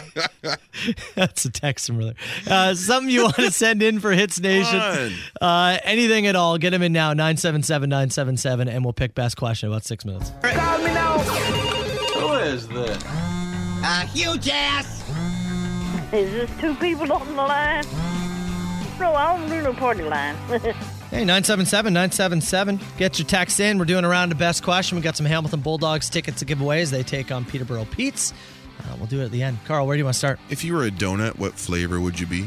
that's a text from earlier. Uh, something you want to send in for Hits Nation. Uh, anything at all, get them in now, 977 977, and we'll pick best question in about six minutes.
Who is this?
Ah, A huge ass.
Is this two people on the line? No, I don't do no party line.
Hey, 977 977. Get your text in. We're doing around the best question. We got some Hamilton Bulldogs tickets to give away as they take on Peterborough Pete's. Uh, we'll do it at the end. Carl, where do you want to start?
If you were a donut, what flavor would you be?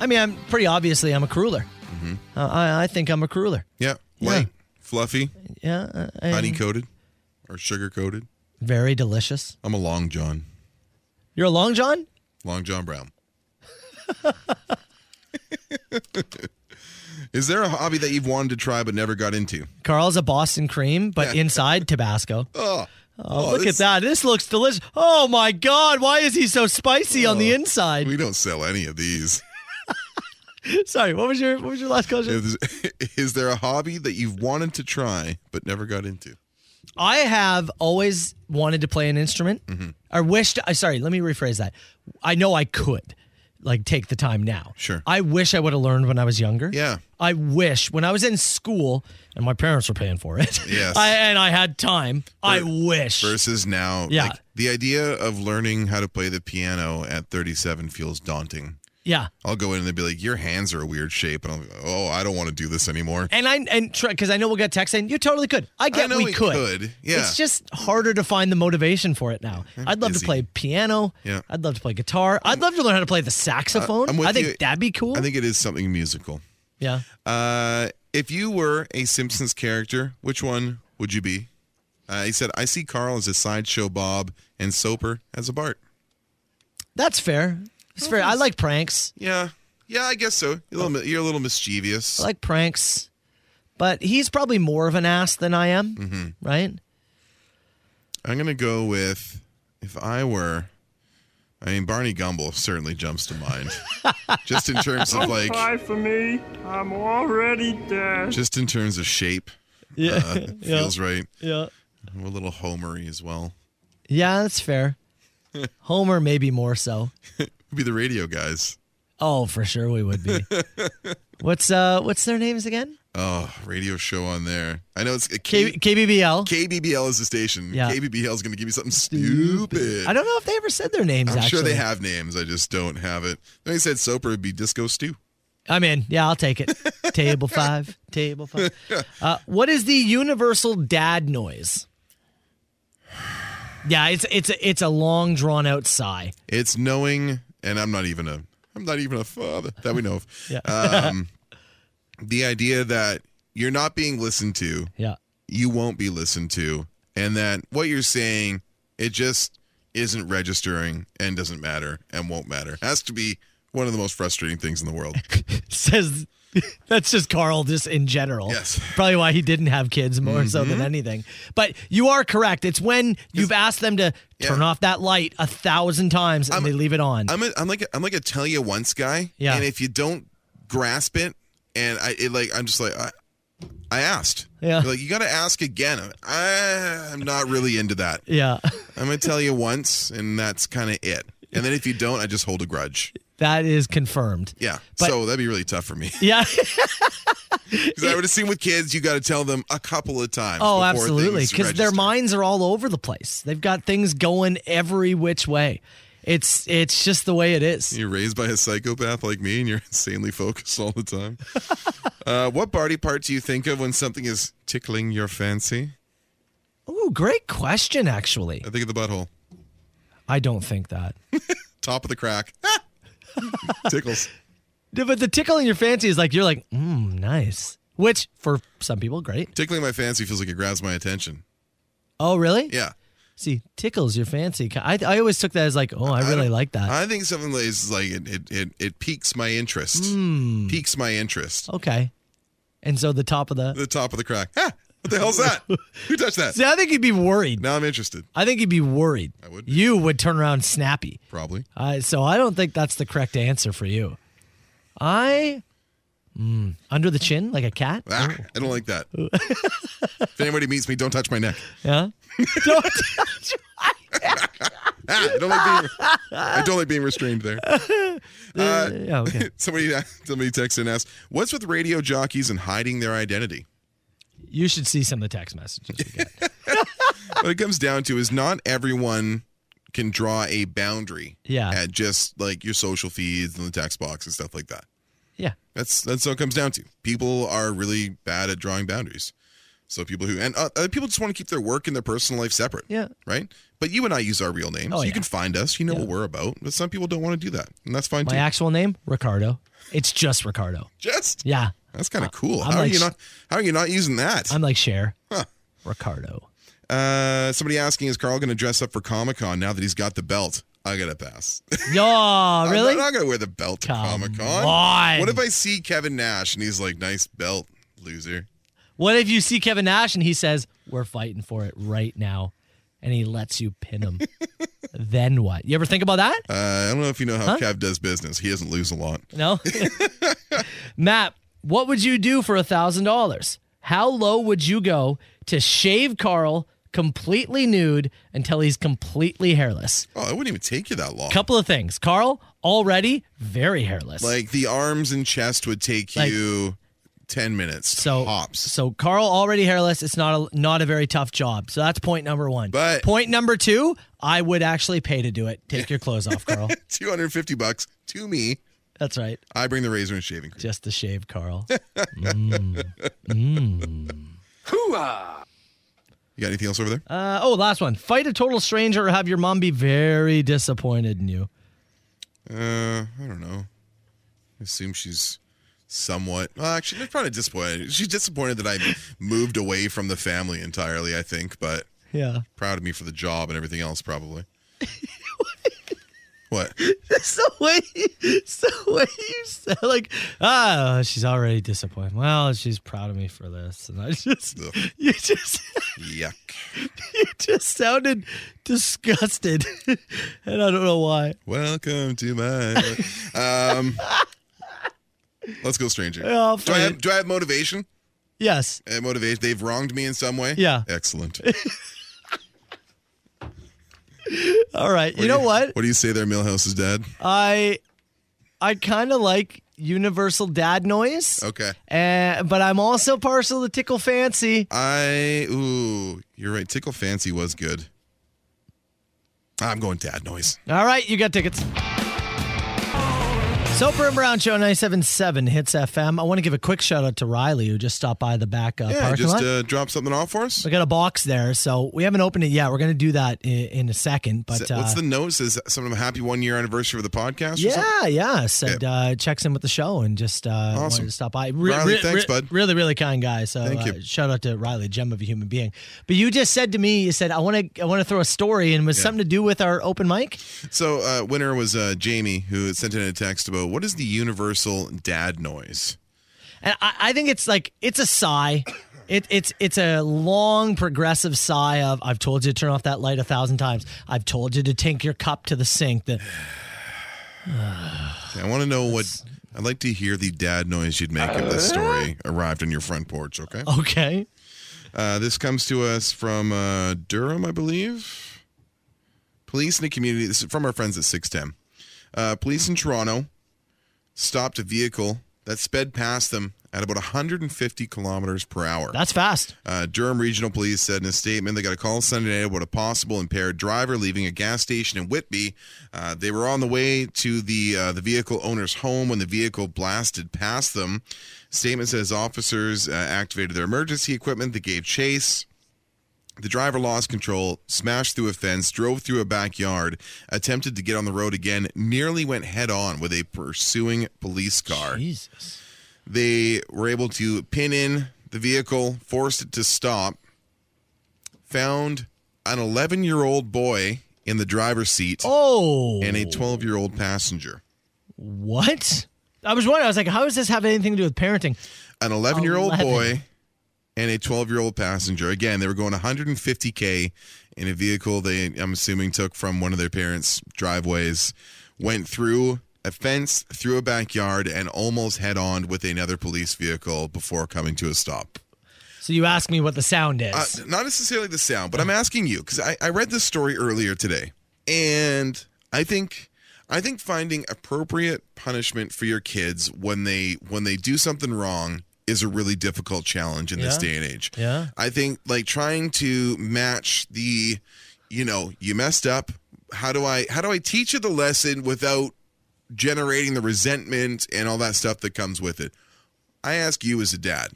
I mean, I'm pretty obviously I'm a cruller.
Mm-hmm.
Uh, I, I think I'm a cruller.
Yeah, white, fluffy,
Yeah. uh, and
honey coated, or sugar coated.
Very delicious.
I'm a long john.
You're a long john?
Long John Brown. Is there a hobby that you've wanted to try but never got into?
Carl's a Boston cream, but
Yeah.
inside Tabasco.
Oh,
Oh,
Oh,
look
this-
at that. This looks delicious. Oh my God. Why is he so spicy on the
Oh.
inside?
we don't sell any of these.
Sorry, what was your what was your last question?
Is, is there a hobby that you've wanted to try but never got into?
I have always wanted to play an instrument.
Mm-hmm.
Or wished I sorry, let me rephrase that. I know I could like take the time now. Sure. I wish I would have learned when I was younger.
Yeah.
I wish when I was in school and my parents were paying for it.
Yes.
I, and I had time. I wish.
Versus now,
Yeah.
like, the idea of learning how to play the piano at 37 feels daunting.
Yeah.
I'll go in and they'll be like, "Your hands are a weird shape," and I'm like, "Oh, I don't want to do this anymore."
And I and because I know we'll get text saying you totally could. I get
know
we,
we
could.
could, yeah.
It's just harder to find the motivation for it now. I'd love to
busy.
play piano.
Yeah.
I'd love to play guitar. I'd love to learn how to play the saxophone.
I'm with
I think
you.
that'd be cool.
I think it is something musical.
yeah.
Uh, if you were a Simpsons character, which one would you be? Uh, he said, "I see Carl as a sideshow Bob and Soper as a Bart."
That's fair. It's fair. I like pranks.
Yeah, yeah, I guess so. You're a little, mi- you're a little mischievous.
I like pranks. But he's probably more of an ass than I am,
hmm
right?
I'm gonna go with if I were. I mean, Barney Gumble certainly jumps to mind. just in terms of like,
for me. I'm already dead.
just in terms of shape.
Yeah,
uh,
yeah.
feels right.
Yeah.
I'm a little Homery as well.
Yeah, that's fair. Homer maybe more so.
We'd be the radio guys.
Oh, for sure we would be. what's uh what's their names again?
Oh, radio show on there. I know it's uh, a
K- KBBL.
KBBL is the station.
Yeah.
KBBL is going to give you something stupid.
I don't know if they ever said their names
I'm
actually.
sure they have names. I just don't have it. Then he said Soper would be Disco Stew.
I'm in. Yeah, I'll take it. table five. Table five. Uh, what is the universal dad noise? Yeah, it's it's a, it's a long drawn out sigh.
It's knowing, and I'm not even a, I'm not even a father that we know of.
Yeah.
Um, the idea that you're not being listened to,
Yeah.
you won't be listened to, and that what you're saying, it just isn't registering and doesn't matter and won't matter. Has to be one of the most frustrating things in the world.
Says that's just Carl just in general.
Yes.
Probably why he didn't have kids more so than
Mhm.
anything. But you are correct. It's when you've asked them to turn off that light a thousand times and they leave it on.
I'm a, I'm like a, I'm like a tell you once guy.
Yeah.
And if you don't grasp it, and I it like I'm just like I, I asked.
Yeah.
Like you got to ask again. I'm, I, I'm not really into that.
yeah.
I'm gonna tell you once, and that's kind of it. And then if you don't, I just hold a grudge.
That is confirmed.
Yeah.
But-
so that'd be really tough for me.
Yeah.
'Cause I would have seen with kids, you got to tell them a couple of times.
Oh,
before
absolutely.
things
Because their
register.
minds are all over the place. They've got things going every which way. It's it's just the way it is.
You're raised by a psychopath like me, and you're insanely focused all the time. uh, what body part do you think of when something is tickling your fancy?
Ooh, great question. Actually,
I think of the butthole,
I don't think that.
top of the crack, tickles.
Yeah, But the tickle in your fancy is like you're like, mm, nice. Which for some people, great.
Tickling my fancy feels like it grabs my attention.
Oh, really?
Yeah,
See, tickles your fancy. I I always took that as like, oh, I really like that.
I think something that is like it it it, it piques my interest.
Hmm.
Piques my interest.
Okay. And so the top of the.
The top of the crack. Ah, what the hell's that? Who touched that?
See, I think you'd be worried.
Now I'm interested.
I think you'd be worried. I would. You would turn around snappy.
Probably.
Uh, so I don't think that's the correct answer for you. I mm, under the chin like a cat.
Ah, I don't like that. if anybody meets me, don't touch my neck.
Yeah. Don't touch
Ah, I don't like being I don't like being restrained there. Uh,
yeah, okay.
somebody somebody texted and asked, "What's with radio jockeys and hiding their identity?"
You should see some of the text messages. we got.
what it comes down to is not everyone can draw a boundary
Yeah.
at just like your social feeds and the text box and stuff like that.
Yeah.
That's that's what it comes down to. People are really bad at drawing boundaries. So people who and uh, other people just want to keep their work and their personal life separate.
Yeah.
Right. But you and I use our real names.
Oh,
you
yeah.
can find us. You know what we're about. But some people don't want to do that, and that's fine
My
too.
actual name, Ricardo. It's just Ricardo.
just
Yeah. Uh,
that's kind of cool.
I'm
how
like
are you
sh-
not? How are you not using that?
I'm like Cher.
Huh.
Ricardo.
Uh, somebody asking is Carl going to dress up for Comic Con now that he's got the belt? I gotta pass.
Oh, really?
I'm not gonna wear the belt to Comic
on.
Con. What if I see Kevin Nash and he's like, "Nice belt, loser."
What if you see Kevin Nash and he says, We're fighting for it right now, and he lets you pin him? then what? You ever think about that?
Uh, I don't know if you know how
Huh?
Kev does business. He doesn't lose a lot.
No? Matt, what would you do for a $1,000? How low would you go to shave Carl completely nude until he's completely hairless?
Oh, it wouldn't even take you that long.
Couple of things. Carl, already very hairless.
Like the arms and chest would take
Like-
you ten minutes.
So So Carl already hairless. It's not a not a very tough job. So that's point number one. But point number two, I would actually pay to do it. Take your clothes off, Carl.
Two hundred and fifty bucks to me.
That's right.
I bring the razor and shaving cream.
Just to shave Carl.
You got anything else over there?
Uh, oh, last one. Fight a total stranger or have your mom be very disappointed in you.
Uh, I don't know. I assume she's somewhat. Well, actually, they're probably disappointed. She's disappointed that I moved away from the family entirely. I think, but
Yeah.
proud of me for the job and everything else, probably. what?
That's the way. It's the way you said like, ah, she's already disappointed. Well, she's proud of me for this, and I just, you just,
yuck,
you just sounded disgusted, and I don't know why.
Welcome to my. um, let's go, stranger.
Yeah, Oh, I'll
do I have Do I have motivation?
Yes.
Uh, motivation. They've wronged me in some way.
Yeah.
Excellent.
All right.
What do
you know what?
What do you say there, Millhouse's dad?
I, I kind of like universal dad noise.
Okay.
Uh, but I'm also partial to tickle fancy.
I ooh, you're right. Tickle Fancy was good. I'm going dad noise.
All right, you got tickets. Soper and Brown Show 977 Hits FM. I want to give a quick shout out to Riley, who just stopped by the back uh,
Yeah,
parking
just
lot.
uh, drop something off for us.
we got a box there, so we haven't opened it yet. We're going to do that in, in a second. But
Is it- what's
uh,
the note? Says something happy one year anniversary of the podcast. Or something?
yeah, yeah. Said uh, checks in with the show and just uh, wanted
Awesome.
to stop by.
Riley, thanks, bud.
Really, really kind guy. So
Thank you.
Uh, shout out to Riley, gem of a human being. But you just said to me, you said I want to, I want to throw a story, and was
Yeah.
something to do with our open mic.
So uh, winner was uh, Jamie who had sent in a text about what is the universal dad noise.
And I, I think it's like it's a sigh. It, it's it's a long progressive sigh of I've told you to turn off that light a thousand times. I've told you to take your cup to the sink. The,
Okay, I want to know what. I'd like to hear the dad noise you'd make if this story arrived on your front porch. Okay.
okay.
Uh, this comes to us from uh, Durham, I believe. Police in the community. This is from our friends at 610. Uh, police in Toronto stopped a vehicle that sped past them at about 150 kilometers per hour.
That's fast.
Uh, Durham Regional Police said in a statement they got a call Sunday night about a possible impaired driver leaving a gas station in Whitby. Uh, they were on the way to the uh, the vehicle owner's home when the vehicle blasted past them. Statement says officers uh, activated their emergency equipment. They gave chase. The driver lost control, smashed through a fence, drove through a backyard, attempted to get on the road again, nearly went head on with a pursuing police car.
Jesus.
They were able to pin in the vehicle, forced it to stop, found an 11 year old boy in the driver's seat
Oh.
and a 12 year old passenger.
What? I was wondering. I was like, how does this have anything to do with parenting?
An 11 year old
11.
boy and a 12 year old passenger. Again, they were going 150K in a vehicle they, I'm assuming, took from one of their parents' driveways, went through a fence, through a backyard, and almost head on with another police vehicle before coming to a stop.
So you ask me what the sound is.
Uh, not necessarily the sound, but I'm
Uh-huh.
asking you because I, I read this story earlier today, and I think I think finding appropriate punishment for your kids when they when they do something wrong is a really difficult challenge in this
Yeah.
day and age.
yeah.
I think like trying to match the, you know, you messed up. how do I how do I teach you the lesson without generating the resentment and all that stuff that comes with it? I ask you as a dad.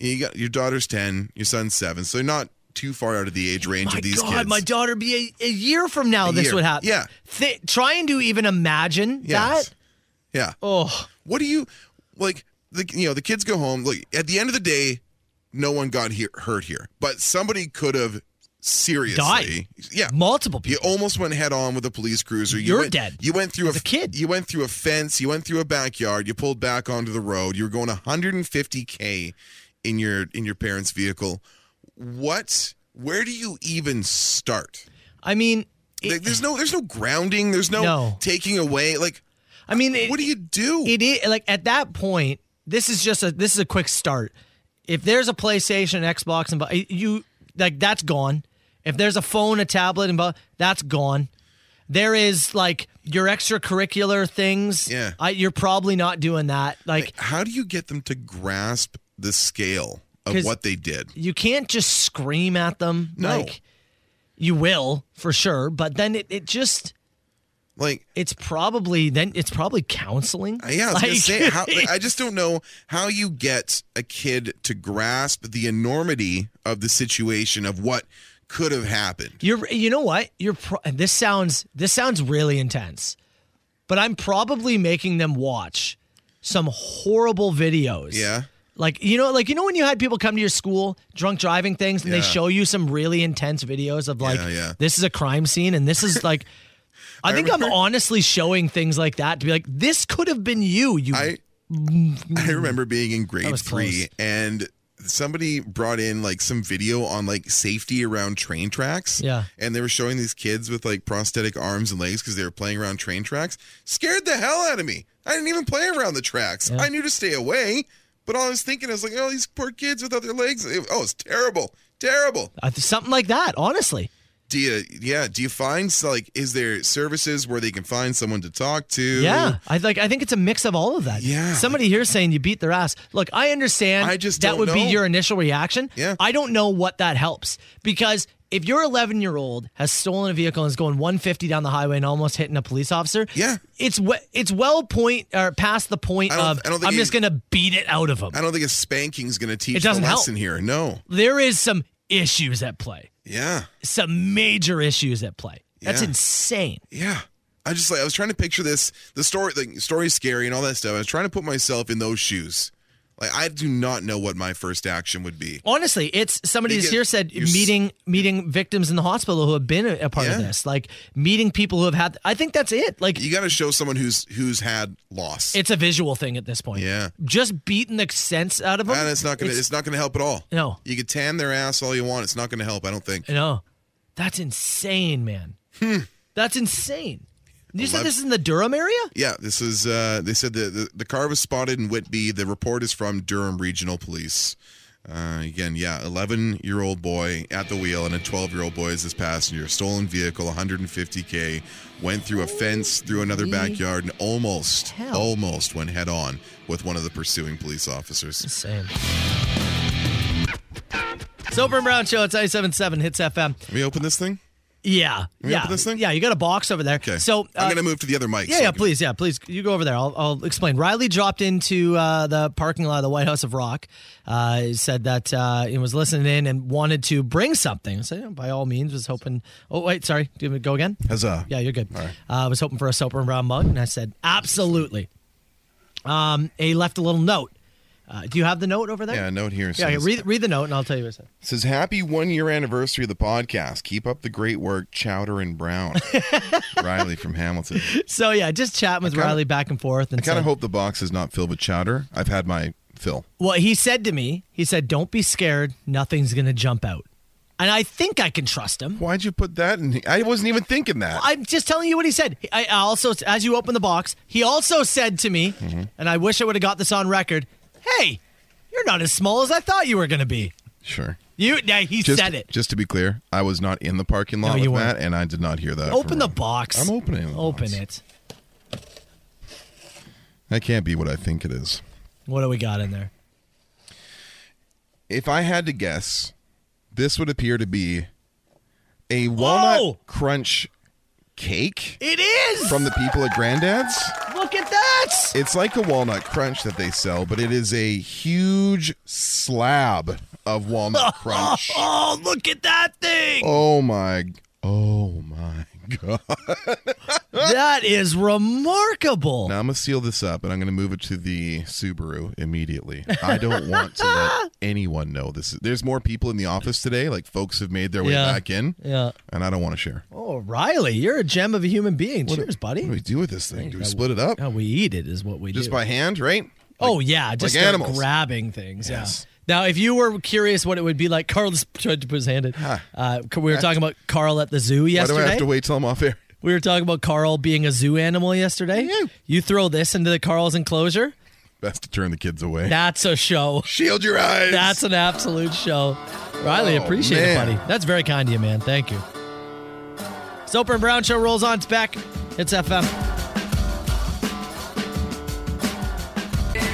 You got your daughter's ten, your son's seven, so they're not too far out of the age range
My
of these
God,
kids.
my daughter be a, a year from now.
A
this
year.
would happen.
Yeah.
Thi- trying to even imagine
Yes.
that.
Yeah.
Oh.
What do you like? The you know the kids go home. Like at the end of the day, no one got here, hurt here, but somebody could have seriously
Died.
Yeah,
multiple
people. You almost went head on with a police cruiser. You
You're
went,
dead
You went through a,
as a kid.
You went through a fence. You went through a backyard. You pulled back onto the road. You were going 150k in your in your parents' vehicle. What? Where do you even start?
I mean,
Like, there's no there's no grounding. There's no,
No.
taking away. Like
I mean, it-
what do you do?
It is like at that point, this is just a this is a quick start. If there's a PlayStation, an Xbox, and bu- you like that's gone. If there's a phone, a tablet, and bu- that's gone. There is like your extracurricular things.
Yeah.
I, you're probably not doing that. Like
how do you get them to grasp the scale of
'Cause-
what they did?
you can't just scream at them.
No.
Like you will for sure, but then it, it just
like
it's probably then it's probably counseling.
Uh, Yeah, I was gonna
Like-
say, how, like, I just don't know how you get a kid to grasp the enormity of the situation of what could have happened.
You're you know what? You're pro- and this sounds this sounds really intense. But I'm probably making them watch some horrible videos.
Yeah.
Like you know like you know when you had people come to your school drunk driving things and
Yeah.
they show you some really intense videos of like
Yeah, yeah.
this is a crime scene and this is like I, think I'm honestly showing things like that to be like this could have been you you
I I remember being in grade
Mm. was
three
close.
and somebody brought in like some video on like safety around train tracks.
Yeah.
And they were showing these kids with like prosthetic arms and legs because they were playing around train tracks. Scared the hell out of me. I didn't even play around the tracks. I knew to stay away. But all I was thinking is like, oh, these poor kids without their legs. It- oh, it's terrible. Terrible.
I th- uh, something like that honestly.
Do you, yeah, do you find like, is there services where they can find someone to talk to?
Yeah, I like. I think it's a mix of all of that. Yeah. Somebody here saying you beat their ass. Look, I understand.
I just
that
don't
would be
know.
your initial reaction.
Yeah.
I don't know what that helps because if your 11 year old has stolen a vehicle and is going 150 down the highway and almost hitting a police officer,
yeah,
it's we- it's well point or past the point
I don't-
of
I don't think
I'm
you-
just gonna beat it out of them.
I don't think a spanking is going to teach
It doesn't
the
help.
lesson here. No.
There is some issues at play.
Yeah.
Some major issues at play. That's
Yeah.
insane.
Yeah. I just like I was trying to picture this the story the story's scary and all that stuff. I was trying to put myself in those shoes. Like I do not know what my first action would be.
Honestly, it's somebody
Because
who's here said
you're s-
meeting meeting victims in the hospital who have been a, a part of
Yeah.
this, like meeting people who have had. I think that's it. Like
You got to show someone who's who's had loss.
it's a visual thing at this point.
yeah.
Just beating the sense out of them.
And it's not going to it's not going to help at all.
No.
You can tan their ass all you want. It's not going to help, I don't think.
no, that's insane, man. That's insane. You said
Hmm. Eleven-
this is in the Durham area.
Yeah, this is. Uh, they said the, the the car was spotted in Whitby. The report is from Durham Regional Police. Uh, again, yeah, 11 year old boy at the wheel and a 12 year old boy is his passenger. Stolen vehicle, 150k, went through a fence, through another backyard, and almost,
hell.
almost went head on with one of the pursuing police officers.
Insane. Soper and Brown Show. It's 97.7 Hits FM.
Can we open this thing?
Yeah.
Can we
yeah.
open this
Yeah, you got a box over there. Okay. So uh,
I'm gonna move to the other mic.
Yeah,
so
yeah,
I can-
please, yeah, please. You go over there. I'll, I'll explain. Riley dropped into uh, the parking lot of the White House of Rock. Uh, he said that uh, he was listening in and wanted to bring something. So yeah, by all means, was hoping. Oh wait, sorry. Do you want me to go again?
Huzzah.
Yeah, you're good. Uh, I was hoping for a soap and brown mug, and I said absolutely. Um, and he left a little note. Uh, do you have the note over there?
Yeah, a note here
Yeah, okay,
says-
read read the note, and I'll tell you what it said.
It says happy one year anniversary of the podcast. Keep up the great work, Chowder and Brown. Riley from Hamilton.
So yeah, just chatting with
kinda-
Riley back and forth,
I
and
kind
said-
of hope the box is not filled with chowder. I've had my fill.
Well, he said to me, he said, "Don't be scared. Nothing's going to jump out." And I think I can trust him.
Why'd you put that in? I wasn't even thinking that.
I'm just telling you what he said. I I also, as you open the box, he also said to me,
Mm-hmm.
and I wish I would have got this on record. Hey, you're not as small as I thought you were going to be.
Sure.
You, yeah, he
Just,
said it.
Just to be clear, I was not in the parking lot
No,
with
you
that, and I did not hear that.
Open
from
the
Riley.
box.
I'm opening. The
Open
box.
it.
That can't be what I think it is.
What do we got in there?
If I had to guess, this would appear to be a walnut crunch cake.
It is!
From the people at Granddad's.
Look at that!
It's like a walnut crunch that they sell, but it is a huge slab of walnut crunch.
Oh, look at that thing!
Oh my oh my god.
That is remarkable.
Now I'm gonna seal this up and I'm gonna move it to the Subaru immediately. I don't want to let anyone know this. There's more people in the office today, like folks have made their way
Yeah.
back in.
Yeah.
And I don't want to share.
Oh, Riley, you're a gem of a human being. Cheers, buddy. What do
we do with this thing? Do we split it up?
No, we eat it is what we
Just
do.
by hand, right?
oh, yeah. Just
like
start
animals.
grabbing things.
Yes.
Yeah. Now, if you were curious what it would be like, Carl just tried to put his hand in. Uh, we were talking about Carl at the zoo yesterday.
Why do I have to wait till I'm off air?
We were talking about Carl being a zoo animal yesterday. You throw this into the Carl's enclosure.
Best to turn the kids away.
That's a show.
Shield your eyes.
That's an absolute show. Riley,
Oh,
appreciate
man.
it, buddy. That's very kind of you, man. Thank you. Soper and Brown Show rolls on. It's back. It's FM.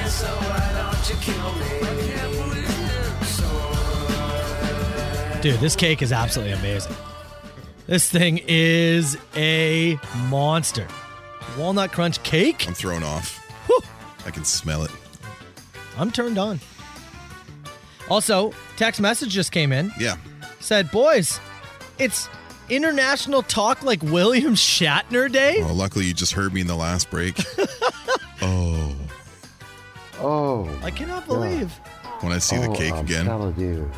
So why don't you kill me? I can't believe it.
Dude, this cake is absolutely amazing. This thing is a monster. Walnut crunch cake?
I'm thrown off. I can smell it.
I'm turned on. Also, text message just came in.
Yeah.
Said, boys, it's International Talk Like William Shatner Day.
Well, luckily you just heard me in the last break. oh.
Oh.
I cannot believe.
When I see the
Oh,
cake
I'm
again.
telling you.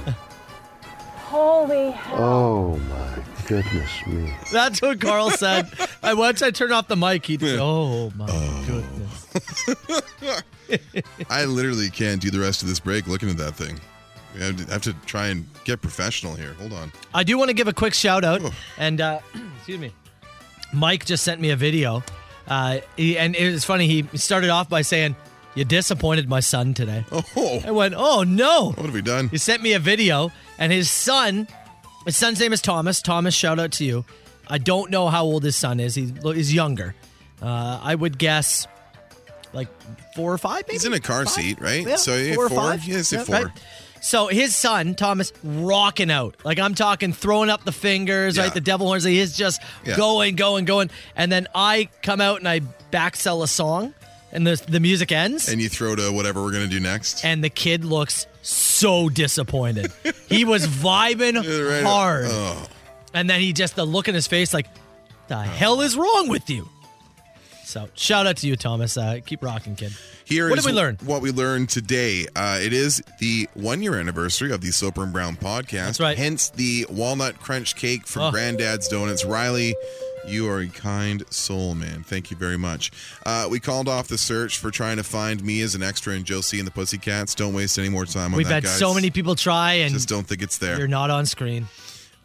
Holy
Oh my goodness me.
That's what Carl said. I once I turned off the mic, he'd say, "Oh my goodness."
I literally can't do the rest of this break looking at that thing. I have to- I have to try and get professional here. Hold on.
I do want to give a quick shout out, and uh, excuse me, Mike just sent me a video, uh, he, and it was funny. He started off by saying, "You disappointed my son today."
Oh,
I went, "Oh no!"
What have we done?
He sent me a video, and his son, his son's name is Thomas. Thomas, shout out to you. I don't know how old his son is. He is younger. Uh, I would guess like four or five. Maybe
He's in a car seat, right?
yeah,
so yeah,
four,
four.
or five.
Yeah, say
Yeah,
four.
right. So his son Thomas rocking out, like I'm talking, throwing up the fingers,
Yeah.
right? The devil horns. He is just
Yeah.
going, going, going, and then I come out and I back sell a song, and the the music ends,
And you throw to whatever we're gonna do next.
and the kid looks so disappointed. he was vibing hard,
Oh.
and then he just the look in his face, like, the hell is wrong with you? So shout out to you, Thomas. Uh, keep rocking, kid.
Here
what
is
did we learn?
What we learned today. Uh, it is the one year anniversary of the Soper and Brown podcast. That's right. Hence the walnut crunch cake from
Oh.
Granddad's Donuts. Riley, you are a kind soul, man. Thank you very much. Uh, we called off the search for trying to find me as an extra in Josie and the Pussycats. Don't waste any more time on
We've
that.
had
guys.
so many people try, and
Just don't think it's there.
you're not on screen.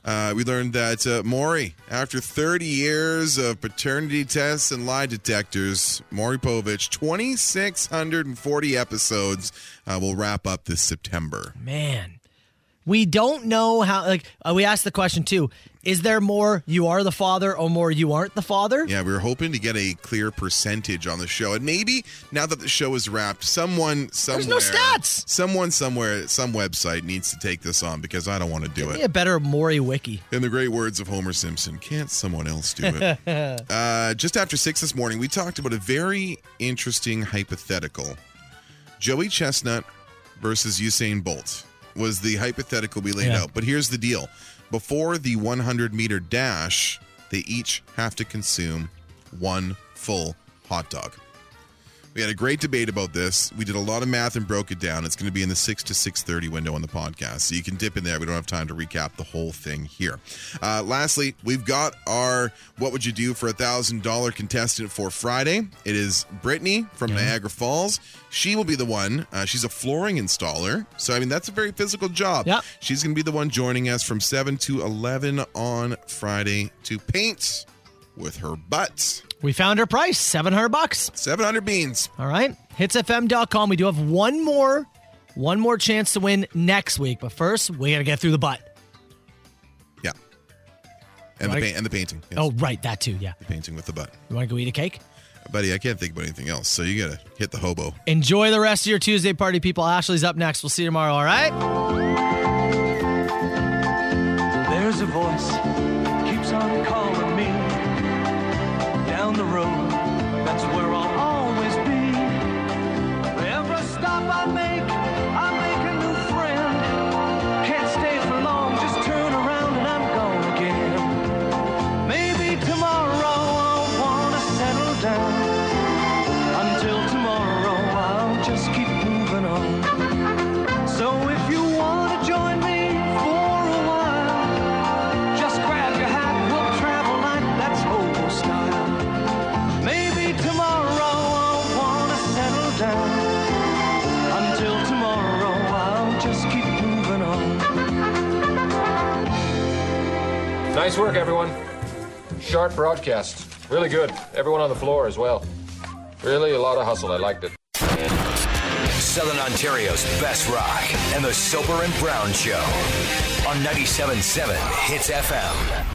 Uh, we learned that uh, Maury, after 30 years of paternity tests and lie detectors, Maury Povich, 2,640 episodes uh, will wrap up this September.
Man, we don't know how. Like uh, we asked the question too: Is there more you are the father or more you aren't the father?
Yeah, we were hoping to get a clear percentage on the show. And maybe now that the show is wrapped, someone somewhere.
no stats!
Someone somewhere, some website needs to take this on because I don't want to do
Give
it.
me a better Maury wiki.
In the great words of Homer Simpson, can't someone else do it? Uh, just after six this morning, we talked about a very interesting hypothetical. Joey Chestnut versus Usain Bolt was the hypothetical we laid
Yeah.
out. But here's the deal before the 100 meter dash, they each have to consume one full hot dog. We had a great debate about this. We did a lot of math and broke it down. It's going to be in the 6 to 6.30 window on the podcast. So you can dip in there. We don't have time to recap the whole thing here. Uh, lastly, we've got our What Would You Do for a $1,000 contestant for Friday. It is Brittany from Niagara Falls. She will be the one. Uh, she's a flooring installer. So, I mean, that's a very physical job. She's going to be the one joining us from 7 to 11 on Friday to paint with her butt.
We found her price: seven hundred bucks.
Seven hundred beans.
All right, hitsfm.com. We do have one more, one more chance to win next week. But first, we got to get through the butt.
Yeah. And, the,
Right.
paint and the painting. yes.
Oh, right, that too. Yeah.
The painting with the butt.
You want to go eat a cake?
Buddy, I can't think about anything else. So you gotta hit the hobo.
Enjoy the rest of your Tuesday party, people. Ashley's up next. We'll see you tomorrow. All right.
There's a voice keeps on calling me.
down the road, that's where I'll always be. Every stop I make, I make a new friend. Can't stay for long, just turn around and I'm gone again. Maybe tomorrow I'll wanna settle down. Until tomorrow, I'll just keep moving on. So if you wanna join me for a while, just grab your hat, we'll travel like that's old style. Maybe tomorrow I'll wanna settle down. Until tomorrow, I'll just keep moving on.
Nice work, everyone. Sharp broadcast. Really good. Everyone on the floor as well. Really a lot of hustle. I liked it.
Southern Ontario's best rock and the Soper and Brown Show on 97.7 Hits FM.